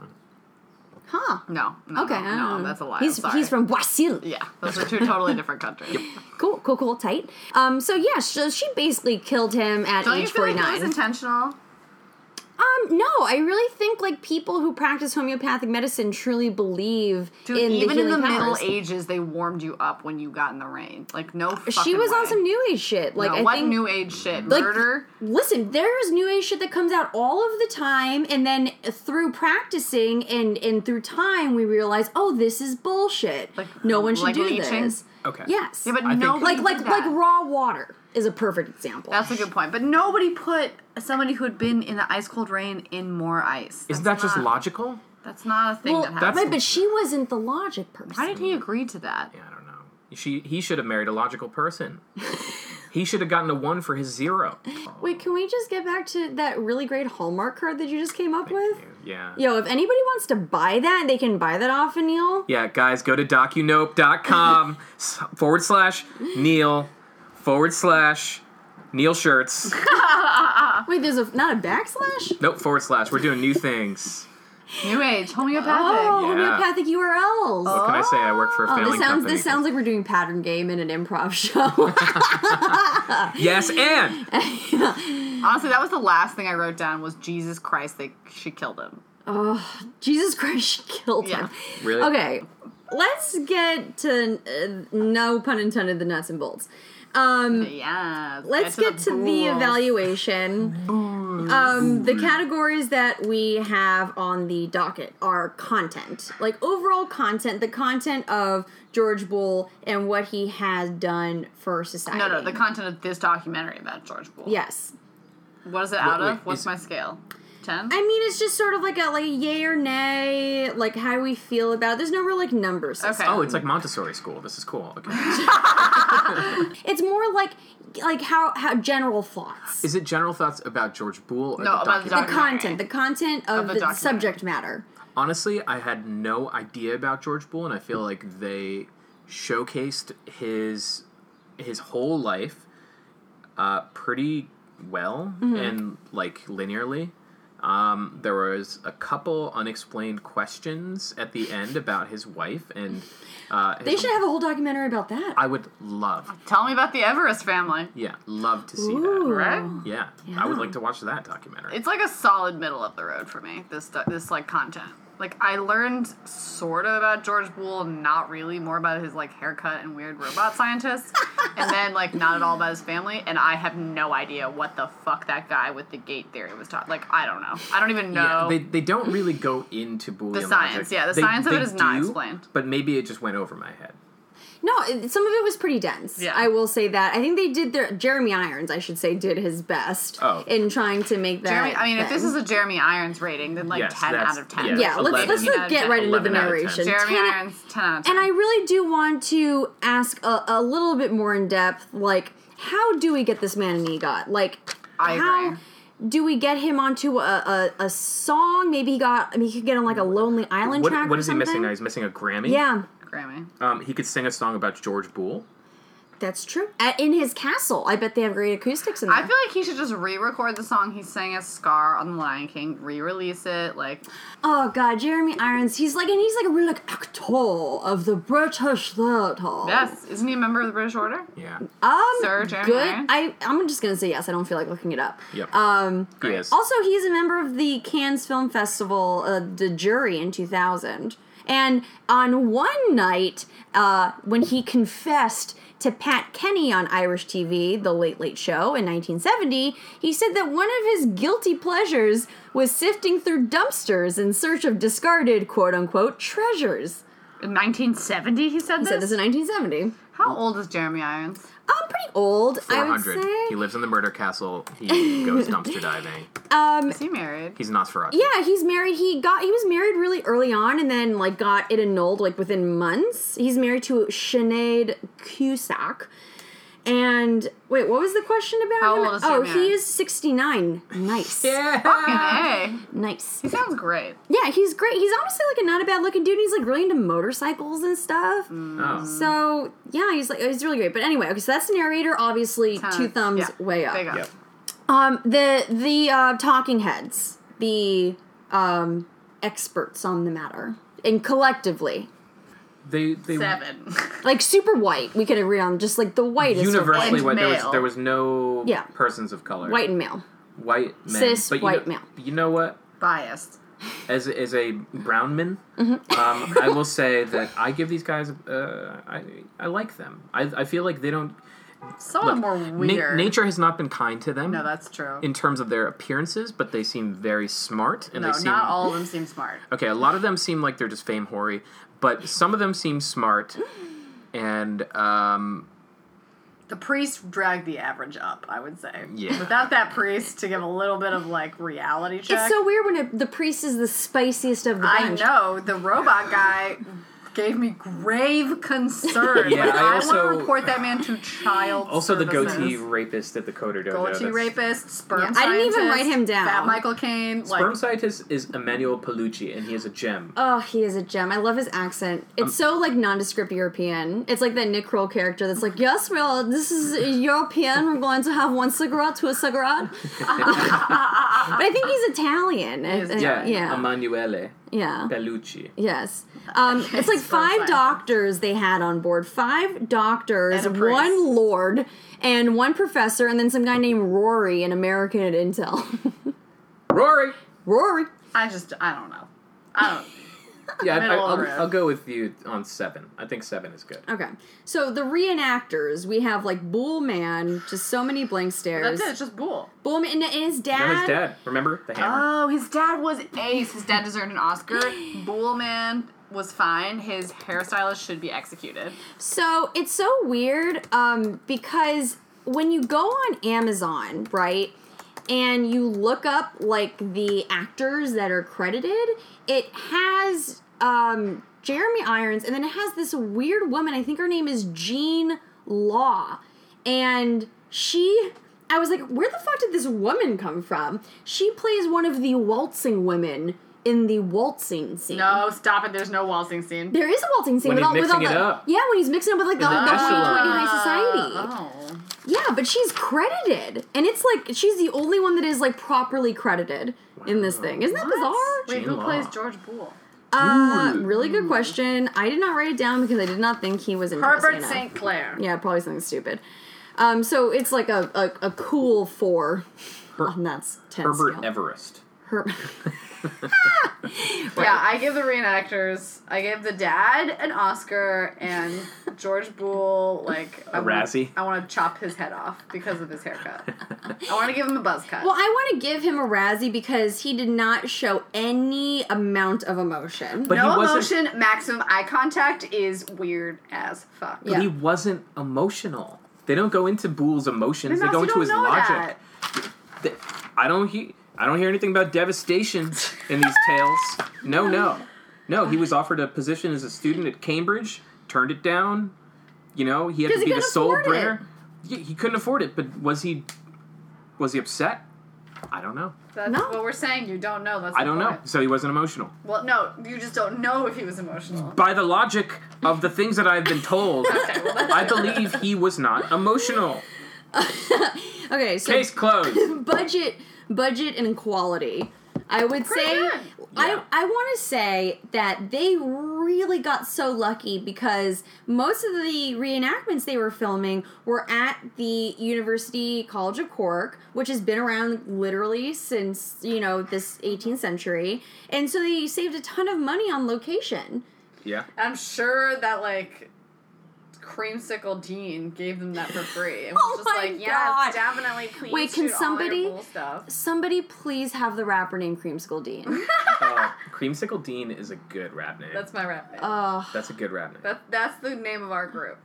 Huh. No. no Okay. I No, don't no know. Um, that's a lie. He's I'm sorry. he's from Brazil. Yeah, those are two totally different countries. Cool, cool, cool, tight. Um. So yeah, so she basically killed him at Don't you age feel forty like that was nine. intentional? um. No, I really think like people who practice homeopathic medicine truly believe Dude, in even the in the healing Middle powers. Ages, they warmed you up when you got in the rain. Like no. Uh, She fucking was on way. some new age shit. Like No, I what think new age shit? like Murder. listen there's new age shit that comes out all of the time and then through practicing and and through time we realize oh this is bullshit Like- no one should like do leeching? this Okay. yes Yeah, but I think- nobody like did like like that. raw water is a perfect example That's a good point. But nobody put somebody who had been in the ice cold rain in more ice. Isn't that That's just not- logical? That's not a thing well, that happened. right, but she wasn't the logic person Why did he agree to that? Yeah, I don't know. She he should have married a logical person. he should have gotten a one for his zero. wait can we just get back to that really great hallmark card that you just came up with Yeah. yo if anybody wants to buy that they can buy that off of neil Yeah, guys, go to docunope.com s- forward slash Neil forward slash Neil Shirts Yeah. Wait, there's a not a backslash? Nope, forward slash. We're doing new things. New age, homeopathic. Oh, Yeah. homeopathic URLs. What can I say? I work for a Oh, failing this sounds company. this sounds like we're doing pattern game in an improv show. yes, and Honestly, that was the last thing I wrote down was Jesus Christ, they she killed him. Jesus Christ she killed him. really. Okay, let's get to uh, no pun intended the nuts and bolts. Um, Yeah. let's get to the, bull. evaluation. Um, the categories that we have on the docket are content, like overall content, the content of George Bull and what he has done for society. No, no, the content of this documentary about George Bull. yes. What is it out wait, of? What's is- my scale? Ten? I mean, it's just sort of like a like yay or nay, like how do we feel about it. There's no real like number system. Okay. Oh, it's like Montessori school. This is cool. Okay. It's more like like how how general thoughts. Is it general thoughts about George Boole? Or No, the about the document? the document. content, the content of, Of the the, document. subject matter. Honestly, I had no idea about George Bull, and I feel like they showcased his his whole life uh, pretty well Mm-hmm. and like linearly. Um, there was a couple unexplained questions at the end about his wife, and uh, They should have a whole documentary about that. I would love, Tell me about the Everest family. yeah, love to see Ooh. that. Right? Yeah, I would like to watch that documentary. It's like a solid middle of the road for me. This stu- this like content. Like I learned sort of about George Bull, not really, more about his like haircut and weird robot scientists, and then like not at all about his family. And I have no idea what the fuck that guy with the gate theory was taught. Like I don't know. I don't even know. Yeah, they, they don't really go into Boolean The science, logic. yeah, the They- science of they it is not do, explained. But maybe it just went over my head. No, it, some of it was pretty dense. Yeah. I will say that. I think they did their Jeremy Irons, I should say, did his best Oh. in trying to make that. Jeremy, I mean, if this thing. is a Jeremy Irons rating, then like Yes, ten that's- out of ten. yeah, yeah, let's 11. let's Yeah, not get right into the 11 out of 10. narration. Jeremy Ten- Irons, ten out of ten. And I really do want to ask a, a little bit more in depth, like how do we get this man an EGOT? Like I how agree. do we get him onto a, a, a song? Maybe he got. I mean, he could get on like a Lonely Island What, track. what or is he something. missing now? He's missing a Grammy. Yeah, Grammy. Um, he could sing a song about George Boole. that's true. At, in his castle, I bet they have great acoustics in there. I feel like he should just re-record the song he sang as Scar on The Lion King, re-release it. Like Oh god, Jeremy Irons. He's like, and he's like a real like actor of the British theater. Yes, isn't he a member of the British Order? Yeah. um, Sir Jeremy good. Irons? I I'm just gonna say yes. I don't feel like looking it up. Yep. Um. He is. Also, he's a member of the Cannes Film Festival, uh, the jury in 2000. And on one night, uh, when he confessed to Pat Kenny on Irish TV, The Late Late Show, in 1970, he said that one of his guilty pleasures was sifting through dumpsters in search of discarded quote unquote treasures. In 1970, he said He this. said this in 1970. How old is Jeremy Irons? I'm pretty old, I would 400. He say. lives in the murder castle. He goes dumpster diving. Um, Is he married? He's Nosferatu. Yeah, he's married. He got he was married really early on, and then like got it annulled like within months. He's married to Sinead Cusack. And wait, what was the question about How him? old is oh, Jeremy he Irons? is sixty nine. Nice. Yeah. Fucking A. Nice. He sounds great. Yeah, he's great. He's honestly like a not a bad looking dude. He's like really into motorcycles and stuff. Mm. Oh. So yeah, he's like he's really great. But anyway, okay, so that's the narrator. Obviously, two Ten. thumbs Yeah, way up. Big up. Um, the the uh, talking heads, the um, experts on the matter, and collectively, They they Seven. like super white, we could agree on just like the whitest, of universally And what there was male. there was no Yeah. persons of color. white and male. white men. Cis, but you white know, male. You know what? Biased. as as a brown man, Mm-hmm. um, I will say that I give these guys. Uh, I I like them. I I feel like they don't. Some of them look, were na- weird. nature has not been kind to them. No, that's true. in terms of their appearances, but they seem very smart and no, they seem not all of them seem smart. okay. A lot of them seem like they're just fame hoary, but some of them seem smart. And um, The priest dragged the average up, I would say. Yeah. Without that priest to give a little bit of like reality check. It's so weird when it, the priest is the spiciest of the I bunch. know the robot guy gave me grave concern. Yeah, Like, I I, also- want to report that man to child. Also, the services. goatee rapist at the Coder Dojo. goatee that's- rapist, sperm. Yeah, I didn't even scientist, write him down. Fat Michael Caine. Sperm Like, scientist is Emmanuel Palucci, and he is a gem. Oh, he is a gem. I love his accent. Um, It's so like nondescript European. It's like that Nick Kroll character that's like, "Yes, well, this is European. We're going to have one cigarette to a cigarette." but I think he's Italian. Uh, is yeah, um, yeah, Emanuele yeah. Palucci. Yes. Um, it's like so five excited. doctors they had on board. Five doctors, And a priest. one lord, and one professor, and then some guy named Rory, an American at Intel. Rory. Rory. I just, I don't know. I don't. Yeah, I, Middle of the will road. I'll go with you on seven. I think seven is good. Okay. So the reenactors, we have like Bull Man, just so many blank stares. That's it. It's just bull. Bull Man and his dad. And his dad, remember the hammer? Oh, his dad was ace. His dad deserved an Oscar. Bullman was fine. His hairstylist should be executed. So it's so weird um, because when you go on Amazon, right, and you look up like the actors that are credited, it has um, Jeremy Irons and then it has this weird woman. I think her name is Jean Law. And she. I was like, where the fuck did this woman come from? She plays one of the waltzing women in the waltzing scene. No, stop it. There's no waltzing scene. There is a waltzing scene When with he's all, with all mixing it the up. yeah when he's mixing up with like the, the the Hoity echelon. Toity High Society. Oh. Yeah, but she's credited, and it's like she's the only one that is like properly credited in this thing. Isn't that bizarre? Wait, Jean who Law. plays George Bull? Uh, really good question. I did not write it down because I did not think he was interesting Herbert enough. St. Clair. Yeah, probably something stupid. Um, so it's like a, a, a cool four. on that's ten Herbert scale. Everest. Her- Yeah, I give the reenactors. I gave the dad an Oscar and George Bull like a Razzie. I want to chop his head off because of his haircut. I want to give him a buzz cut. Well, I want to give him a Razzie because he did not show any amount of emotion. But he no wasn't. emotion, maximum eye contact is weird as fuck. Yeah. He wasn't emotional. They don't go into Boole's emotions. Then they go also into don't his know logic. Th- I don't hear. I don't hear anything about devastation in these tales. No, no, no. He was offered a position as a student at Cambridge, turned it down. You know, he had 'Cause to he be the couldn't sole afford it. bringer. Yeah, he couldn't afford it, but was he? Was he upset? I don't know. That's No. what we're saying. You don't know. That's I the don't know. point. So he wasn't emotional. Well, no, you just don't know if he was emotional. By the logic of the things that I've been told, Okay, well, that's I believe he was not emotional. okay, so Case closed. budget budget and quality i would say good. i Yeah. i want to say that they really got so lucky because most of the reenactments they were filming were at the university college of cork which has been around literally since you know this 18th century and so they saved a ton of money on location Yeah. I'm sure that like creamsicle dean gave them that for free. It was Oh just my like, yeah, God. definitely please. Wait, can shoot all your somebody- bull stuff. somebody please have the rapper named creamsicle dean Uh, Creamsicle Dean is a good rap name. That's, That's my rap name. oh a good rap name. that, that's the name of our group.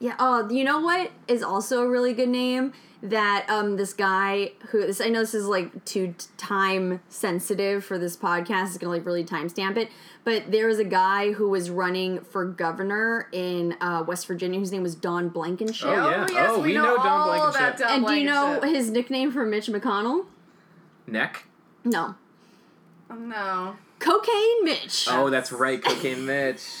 Yeah. Oh, you know what is also a really good name that um this guy who this I know this is like too t- time sensitive for this podcast is gonna like really timestamp it, but there was a guy who was running for governor in uh, West Virginia whose name was Don Blankenship. Oh, yeah. yes, Oh, we, we know, know Don all Blankenship. about Oh, Don and do you know Blankenship. his nickname for Mitch McConnell? Neck. No, Oh, No, Cocaine Mitch. Oh, that's right, Cocaine Mitch.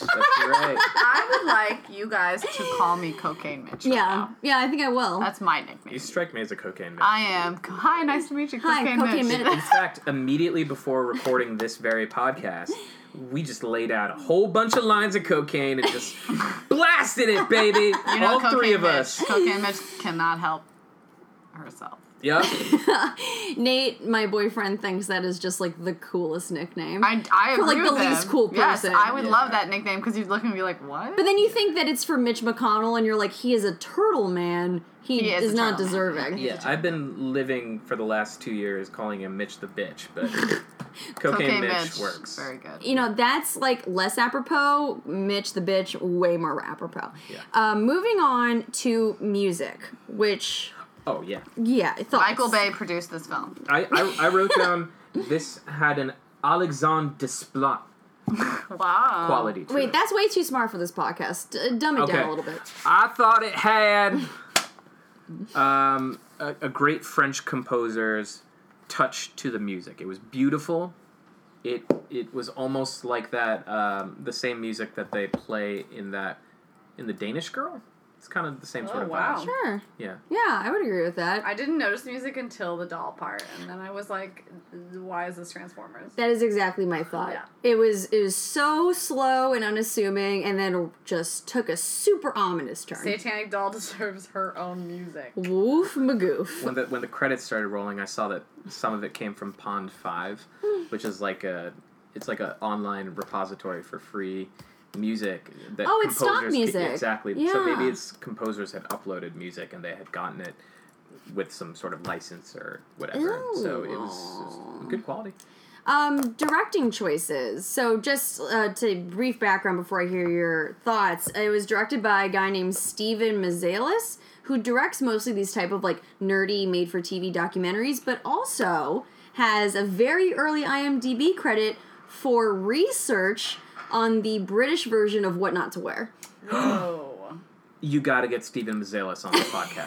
That's right. I would like you guys to call me Cocaine Mitch. right Yeah, now. yeah, I think I will. that's my nickname. You strike me as a cocaine Mitch. I am. Hi, nice to meet you, Hi, Cocaine, Cocaine Mitch. Mitch. In fact, immediately before recording this very podcast, we just laid out a whole bunch of lines of cocaine and just blasted it, baby. You know, All Cocaine three of Mitch. us. Cocaine Mitch cannot help herself. Yep. Nate, my boyfriend, thinks that is just like the coolest nickname. I, I For, agree like, the with him. least cool person. Yes, I would Yeah. love that nickname because you'd look and be like, what? But then you think that it's for Mitch McConnell, and you're like, he is a turtle man. He, He is, is a not turtle man. deserving. Yeah, I've been living for the last two years calling him Mitch the bitch, but cocaine, Cocaine Mitch, Mitch works. Very good. You know, that's like less apropos. Mitch the bitch, way more apropos. Yeah. Um, moving on to music, which, Oh yeah. yeah, thoughts. Michael Bay produced this film. I, I, I wrote down this had an Alexandre Desplat Wow. quality to Wait, it. that's way too smart for this podcast. Uh, Dumb it down Okay. a little bit. I thought it had um, a, a great French composer's touch to the music. It was beautiful. It it was almost like that um, the same music that they play in that in the Danish Girl. It's kind of the same sort Oh, of wow. vibe. Sure. Yeah. Yeah, I would agree with that. I didn't notice the music until the doll part, and then I was like, "Why is this Transformers?" That is exactly my thought. Yeah. It was it was so slow and unassuming, and then just took a super ominous turn. Satanic doll deserves her own music. Woof magoof. When the when the credits started rolling, I saw that some of it came from Pond Five, Hmm. which is like a it's like an online repository for free music that Oh, it's stock composers ca- music. exactly so Yeah. maybe it's composers had uploaded music and they had gotten it with some sort of license or whatever so it was, it was good quality Um, directing choices. So just uh, to brief background before I hear your thoughts, it was directed by a guy named Steven Mazalis, who directs mostly these type of like nerdy made-for-TV documentaries, but also has a very early IMDb credit for research on the British version of What Not to Wear. Oh, you got to get Stephen Mazalis on the podcast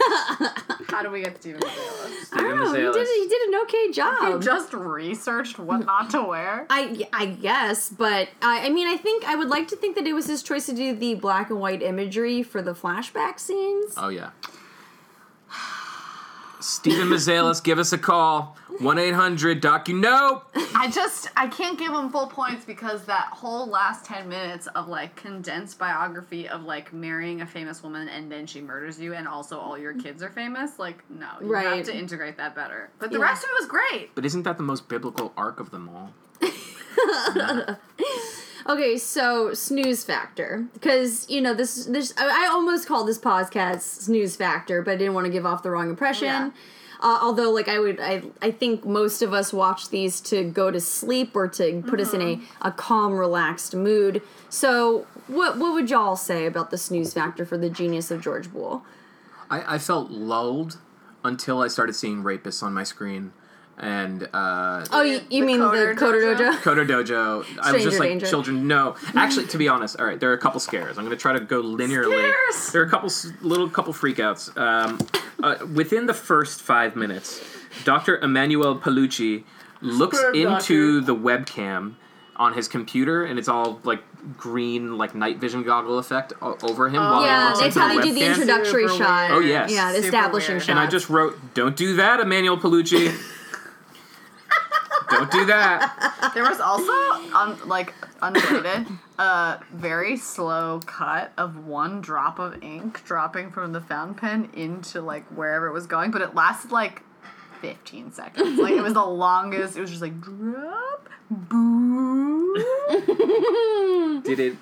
how do we get Steven Seagal? I Stephen don't know. Oh, He did, he Mazalis did an okay You job. just researched what not to wear. I, I guess, but I, I mean, I think I would like to think that it was his choice to do the black and white imagery for the flashback scenes. oh yeah Stephen Mazalis give us a call 1-800 doc you know I just I can't give him full points because that whole last ten minutes of like condensed biography of like marrying a famous woman and then she murders you and also all your kids are famous. Like no, you Right. have to integrate that better. But the Yeah. rest of it was great. But isn't that the most biblical arc of them all? Okay, so snooze factor, because you know this. This I, I almost called this podcast snooze factor, but I didn't want to give off the wrong impression. Yeah. Uh, although, like I would, I I think most of us watch these to go to sleep or to put us in a, Mm-hmm. a calm, relaxed mood. So, what what would y'all say about the snooze factor for the genius of George Boole? I, I felt lulled until I started seeing rapists on my screen and uh, Oh, you, you mean Coder the Coder Dojo? Dojo? Kodo Dojo. I was Stranger just like, danger. children, no. Actually, to be honest, all right, there are a couple scares. I'm going to try to go linearly. Scares! There are a couple s- little couple freakouts. Um, uh, within the first five minutes, Dr. Emmanuel Palucci looks Sperm into the webcam on his computer and it's all like green like night vision goggle effect o- over him Oh, while he Yeah, looks that's into how they the do the webcam. introductory Super shot. weird. Oh, yes. yeah, the Super establishing weird. shot. And I just wrote, "Don't do that, Emmanuel Palucci. Don't do that." There was also, um, like, unrelated, a very slow cut of one drop of ink dropping from the fountain pen into, like, wherever it was going, but it lasted, like, 15 seconds. Like, it was the longest. It was just like, drop, boo. Did it?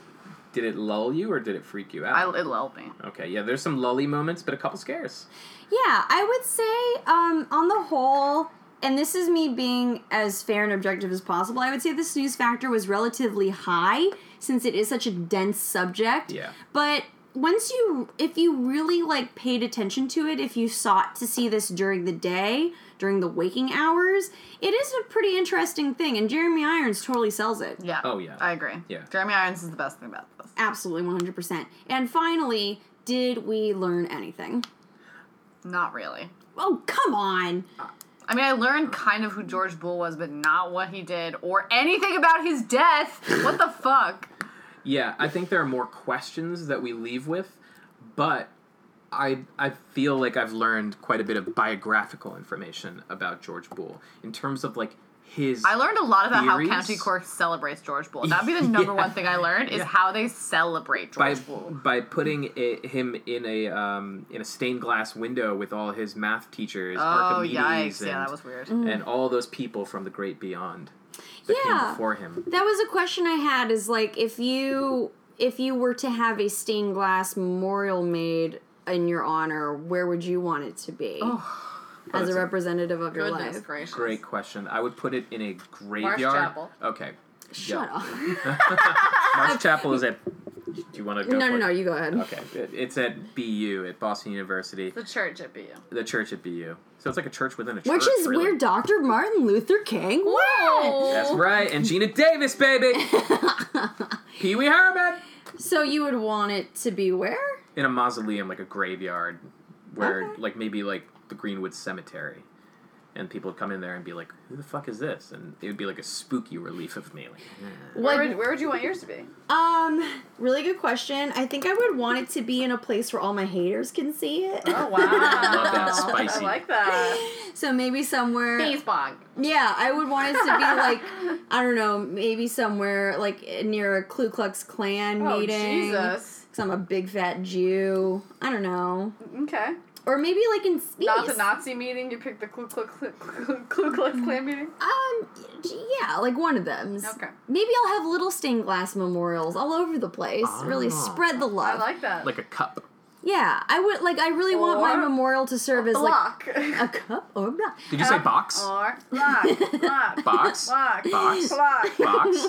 Did it lull you or did it freak you I, out? it lulled me. okay, yeah. There's some lully moments, but a couple scares. Yeah, I would say um, on the whole, and this is me being as fair and objective as possible. I would say the snooze factor was relatively high since it is such a dense subject. Yeah. But once you, if you really like paid attention to it, if you sought to see this during the day, during the waking hours, it is a pretty interesting thing, and Jeremy Irons totally sells it. Yeah. Oh, yeah. I agree. Yeah. Jeremy Irons is the best thing about this. Absolutely, 100%. And finally, did we learn anything? Not really. Oh, come on. I mean, I learned kind of who George Bull was, but not what he did or anything about his death. What the fuck? Yeah, I think there are more questions that we leave with, but I I feel like I've learned quite a bit of biographical information about George Bull in terms of like his. I learned a lot about Theories? how County Cork celebrates George Bull. That'd be the number Yeah. one thing I learned is how they celebrate by George Bull. by putting i him in a um, in a stained glass window with all his math teachers, Oh Archimedes, yikes! and Yeah, that was weird. and all those people from the great beyond that Mm. Yeah. came before him. That was a question I had is like if you if you were to have a stained glass memorial made in your honor, where would you want it to be? As a representative of your Goodness life. gracious! Great question. I would put it in a graveyard. Chapel. Okay. Shut Yeah. up. Marsh Chapel is at. Do you want to go? Ah, No, for no, it? no, you go ahead. Okay, It- it's at BU at Boston University, The church at BU. the church at BU. So it's like a church within a church. Which is really. where Dr. Martin Luther King went. That's right, and Gina Davis, baby. Pee Wee Herman So you would want it to be where? in a mausoleum, like a graveyard, where like maybe like the Greenwood Cemetery, and people would come in there and be like, "Who the fuck is this?" And it would be like a spooky relief of me. Like, Where Like, would, where would you want yours to be? um, really good question. I think I would want it to be in a place where all my haters can see it. Oh wow! I love that spicy. like that. So maybe somewhere. Bees bog. Yeah, I would want it to be like I don't know, maybe somewhere like near a Ku Klux Klan Oh, meeting. Jesus. Cause I'm a big fat Jew. I don't know, Okay. or maybe like in space. Not the Nazi meeting. You picked the Ku Klux Ku Klux Klan meeting. Um, yeah, like one of them. Okay. Maybe I'll have little stained glass memorials all over the place. Really Ah. spread the I love. like that. like a cup. yeah, I would like. I really want my Or memorial to serve as block. like a cup or a block. Did you say box? or block. Block. Box? Block. Box? Block. box.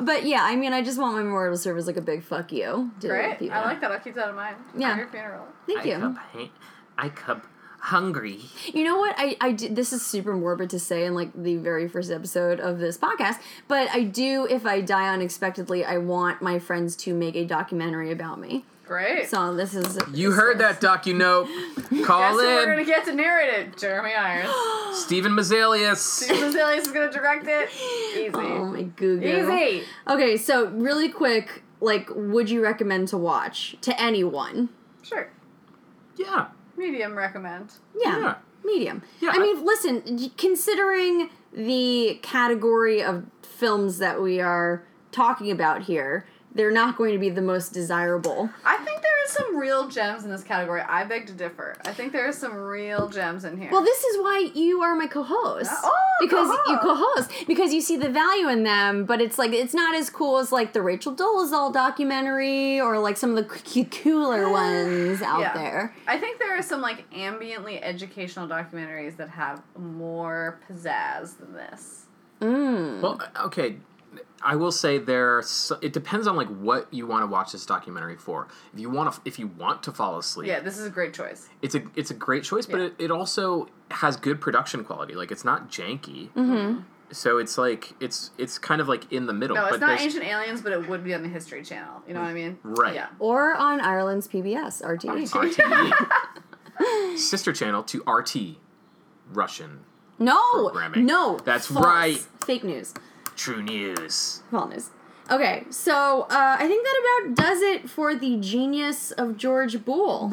But yeah, I mean, I just want my memorial to serve as like a big fuck you. To Great. people. I like that. I'll keep that in mind. Yeah. For your funeral. Thank you. I cub, ha- I cub hungry. You know what? I, I do, this is super morbid to say in like the very first episode of this podcast, but I do, if I die unexpectedly, I want my friends to make a documentary about me. Great. So this is. You heard that, Doc? You know. Guess Call who we're gonna in get to narrate it? Jeremy Irons. Stephen Mazalius. Susan Zelius is gonna direct it. Easy. Oh my goo Easy. Okay, so really quick, like, would you recommend to watch to anyone? Sure. Yeah, Medium recommend. Yeah. Yeah. Medium. Yeah, I I- mean, listen, considering the category of films that we are talking about here, they're not going to be the most desirable. I think there are some real gems in this category. I beg to differ. I think there are some real gems in here. Well, this is why you are my co-host. Oh, because you co-host. co-host because you see the value in them, but it's like it's not as cool as like the Rachel Dolezal documentary or like some of the c- c- cooler ones out Yeah. there. I think there are some like ambiently educational documentaries that have more pizzazz than this. Well, uh, okay. I will say there. Are, s- it depends on like what you want to watch this documentary for. If you want to, if you want to fall asleep, Yeah, this is a great choice. it's a it's a great choice. But Yeah. it, it also has good production quality. Like it's not janky. So it's like it's it's kind of like in the middle. Mm-hmm. No, it's but not there's- Ancient Aliens, but it would be on the History Channel. You know what I mean? Right. Yeah. Or on Ireland's PBS RT. RTE. E. sister channel to RT, Russian No, Programming. no, That's false. right. Fake news, True News. false news. Okay, so uh, I think that about does it for the genius of George Boole.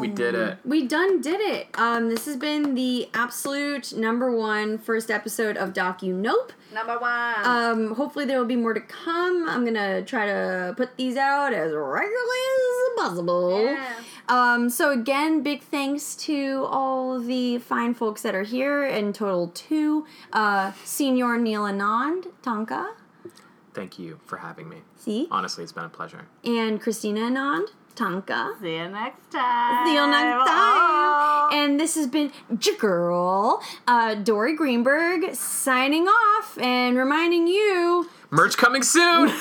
We did it. We done did it. Um, this has been the absolute number one first episode of Docu Nope. Number one. Um, hopefully there will be more to come. I'm gonna try to put these out as regularly as possible. Yeah. Um, so again, big thanks to all the fine folks that are here. In total, two. Uh, Senior Neil Anand, Tonka, Thank you for having me. see, Honestly, it's been a pleasure. and Christina Anand, Tonka. See you next time. See you next time. Oh. And this has been your girl, uh, Dory Greenberg, signing off and reminding you. Merch coming soon.